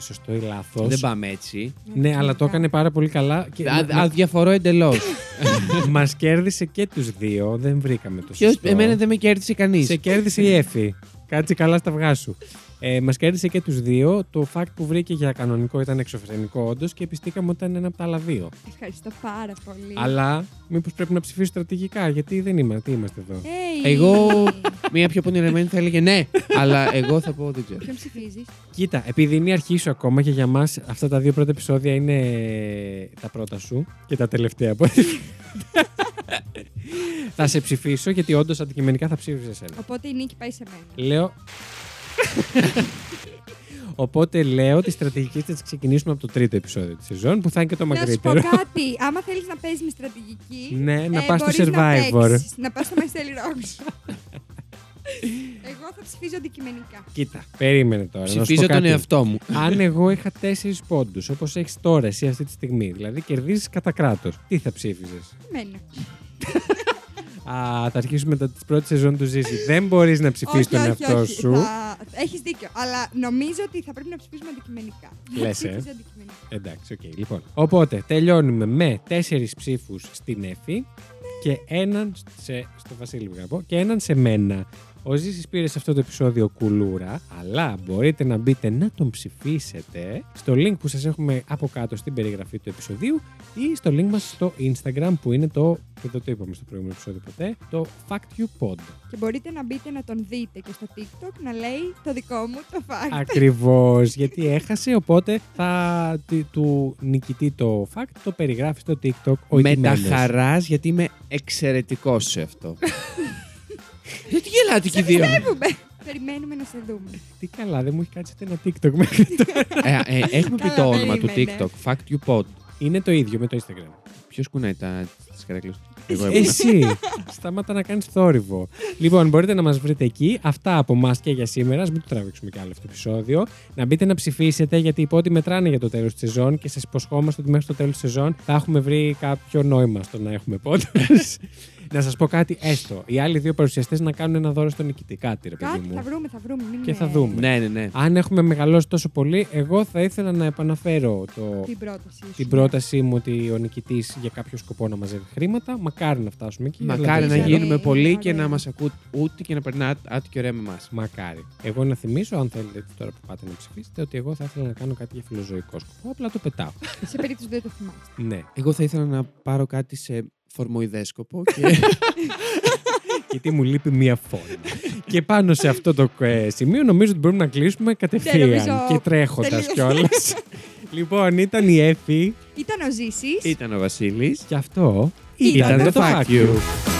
Speaker 1: σωστό ή λάθος.
Speaker 3: Δεν πάμε έτσι.
Speaker 1: Ναι, αλλά το έκανε πάρα πολύ καλά και
Speaker 3: Α- Αδιαφορώ εντελώς.
Speaker 1: μας κέρδισε και τους δύο. Δεν βρήκαμε το
Speaker 3: Ποιος.
Speaker 1: σωστό.
Speaker 3: Εμένα δεν με κέρδισε κανείς.
Speaker 1: Σε κέρδισε η Εφη. Κάτσε καλά στα αυγά σου. Ε, μας κέρδισε και τους δύο. Το fact που βρήκε για κανονικό ήταν εξωφρενικό, όντως, και πιστήκαμε ότι ήταν ένα από τα άλλα δύο.
Speaker 2: Ευχαριστώ πάρα πολύ.
Speaker 1: Αλλά μήπως πρέπει να ψηφίσει στρατηγικά, γιατί δεν είμαστε, τι είμαστε εδώ.
Speaker 2: Hey.
Speaker 3: Εγώ. Μία πιο πονηρεμένη θα έλεγε ναι, αλλά εγώ θα πω δεν ξέρω.
Speaker 2: Ποιον ψηφίζεις.
Speaker 1: Κοίτα, επειδή είναι η αρχή σου ακόμα και για μας, αυτά τα δύο πρώτα επεισόδια είναι τα πρώτα σου και τα τελευταία από ό,τι φαίνεται. Θα σε ψηφίσω γιατί όντως αντικειμενικά θα ψήφιζες εσένα.
Speaker 2: Οπότε η νίκη πάει σε μένα.
Speaker 1: Λέω. Οπότε λέω τη στρατηγική θα τις ξεκινήσουμε από το τρίτο επεισόδιο της σεζόν που θα είναι και το
Speaker 2: Να σου πω
Speaker 1: μακρύτερο.
Speaker 2: κάτι. Άμα θέλεις να παίζεις με στρατηγική.
Speaker 1: Ναι, να
Speaker 2: ε,
Speaker 1: πας στο
Speaker 2: μπορείς να
Speaker 1: Survivor.
Speaker 2: παίξεις, Να πας στο Μαστέλι Ρόξ. Εγώ θα ψηφίζω αντικειμενικά.
Speaker 1: Κοίτα, περίμενε τώρα. να σου πω
Speaker 3: Ψηφίζω τον
Speaker 1: κάτι.
Speaker 3: εαυτό μου.
Speaker 1: Αν εγώ είχα τέσσερις πόντους, όπως έχεις τώρα εσύ αυτή τη στιγμή, δηλαδή κερδίζεις κατά κράτος, τι θα ψήφιζες.
Speaker 2: Μένα.
Speaker 1: Α, θα αρχίσουμε μετά τη πρώτη σεζόν του Ζήση. Δεν μπορείς να ψηφίσεις τον εαυτό σου.
Speaker 2: Θα... Έχεις δίκιο. Αλλά νομίζω ότι θα πρέπει να ψηφίσουμε αντικειμενικά.
Speaker 1: Λες, ε.
Speaker 2: Ψήφιζα αντικειμενικά.
Speaker 1: Εντάξει, οκ, λοιπόν. Οπότε τελειώνουμε με τέσσερις ψήφους στην Εφη και έναν σε, στο Βασίλη πήγα να πω, και έναν σε μένα. Ο Ζήσης πήρε σε αυτό το επεισόδιο κουλούρα, αλλά μπορείτε να μπείτε να τον ψηφίσετε στο link που σας έχουμε από κάτω στην περιγραφή του επεισοδίου ή στο link μας στο Instagram που είναι το, και δεν το είπαμε στο προηγούμενο επεισόδιο ποτέ, το Fact You Pod.
Speaker 2: Και μπορείτε να μπείτε να τον δείτε και στο TikTok να λέει το δικό μου το fact.
Speaker 1: Ακριβώς. γιατί έχασε, οπότε θα τη- του νικητή το fact το περιγράφει στο TikTok. Ο
Speaker 3: Με τα
Speaker 1: ηγημένος.
Speaker 3: χαράς γιατί είμαι εξαιρετικός σε αυτό. Γιατί γελάτε και οι δύο.
Speaker 2: Βλέπουμε. Περιμένουμε να σε δούμε.
Speaker 1: Τι καλά, δεν μου έχει κάτσει ούτε ένα TikTok μέχρι τώρα.
Speaker 3: ε, ε, έχουμε πει
Speaker 2: Καλά,
Speaker 3: το όνομα του
Speaker 2: περίμενε.
Speaker 3: TikTok. Fact you pod.
Speaker 1: Είναι το ίδιο με το Instagram.
Speaker 3: Ποιος κουνάει τα τις καρέκλες του. Εγώ ήμουν.
Speaker 1: Εσύ! Σταμάτα να κάνεις θόρυβο. Λοιπόν, μπορείτε να μας βρείτε εκεί. Αυτά από εμά και για σήμερα. Ας Μην το τραβήξουμε κι άλλο αυτό το επεισόδιο. Να μπείτε να ψηφίσετε, γιατί οι πόντοι μετράνε για το τέλος της σεζόν και σας υποσχόμαστε ότι μέχρι το τέλος της σεζόν θα έχουμε βρει κάποιο νόημα στο να έχουμε πόντους. να σας πω κάτι έστω. Οι άλλοι δύο παρουσιαστές να κάνουν ένα δώρο στον νικητή. Κάτι, ρε παιδί
Speaker 2: Κάτι θα
Speaker 1: μου.
Speaker 2: βρούμε, θα βρούμε. Μην
Speaker 1: Και
Speaker 2: με-
Speaker 1: θα δούμε.
Speaker 3: Ναι, ναι, ναι.
Speaker 1: Αν έχουμε μεγαλώσει τόσο πολύ, εγώ θα ήθελα να επαναφέρω το,
Speaker 2: Την πρόταση. σου.
Speaker 1: την πρότασή μου ότι ο νικητής για κάποιο σκοπό να μαζεύει χρήματα. Μακάρι να φτάσουμε εκεί. αλλά
Speaker 3: Μακάρι
Speaker 1: δεν
Speaker 3: να
Speaker 1: ξέρω.
Speaker 2: Ωραία,
Speaker 3: γίνουμε πολλοί
Speaker 2: ωραία.
Speaker 3: και να μα ακούτε ούτε και να περνάτε άτι και ωραία με εμάς.
Speaker 1: Μακάρι. Εγώ να θυμίσω, αν θέλετε τώρα που πάτε να ψηφίσετε, ότι εγώ θα ήθελα να κάνω κάτι για φιλοζωικό σκοπό. Απλά το πετάω.
Speaker 2: Σε περίπτωση που δεν το θυμάστε.
Speaker 1: ναι.
Speaker 3: Εγώ θα ήθελα να πάρω κάτι σε φορμοειδέσκοπο και
Speaker 1: Γιατί μου λείπει μία φόρμα. και πάνω σε αυτό το ε, σημείο νομίζω ότι μπορούμε να κλείσουμε κατευθείαν.
Speaker 3: Ναι,
Speaker 2: νομίζω
Speaker 1: και τρέχοντας
Speaker 2: τελείωσε.
Speaker 1: κιόλας. λοιπόν, ήταν η Εφη
Speaker 2: Ήταν ο Ζήσης.
Speaker 3: ήταν ο Βασίλης
Speaker 1: και αυτό
Speaker 2: Ήταν
Speaker 3: το Fuck You.
Speaker 1: You.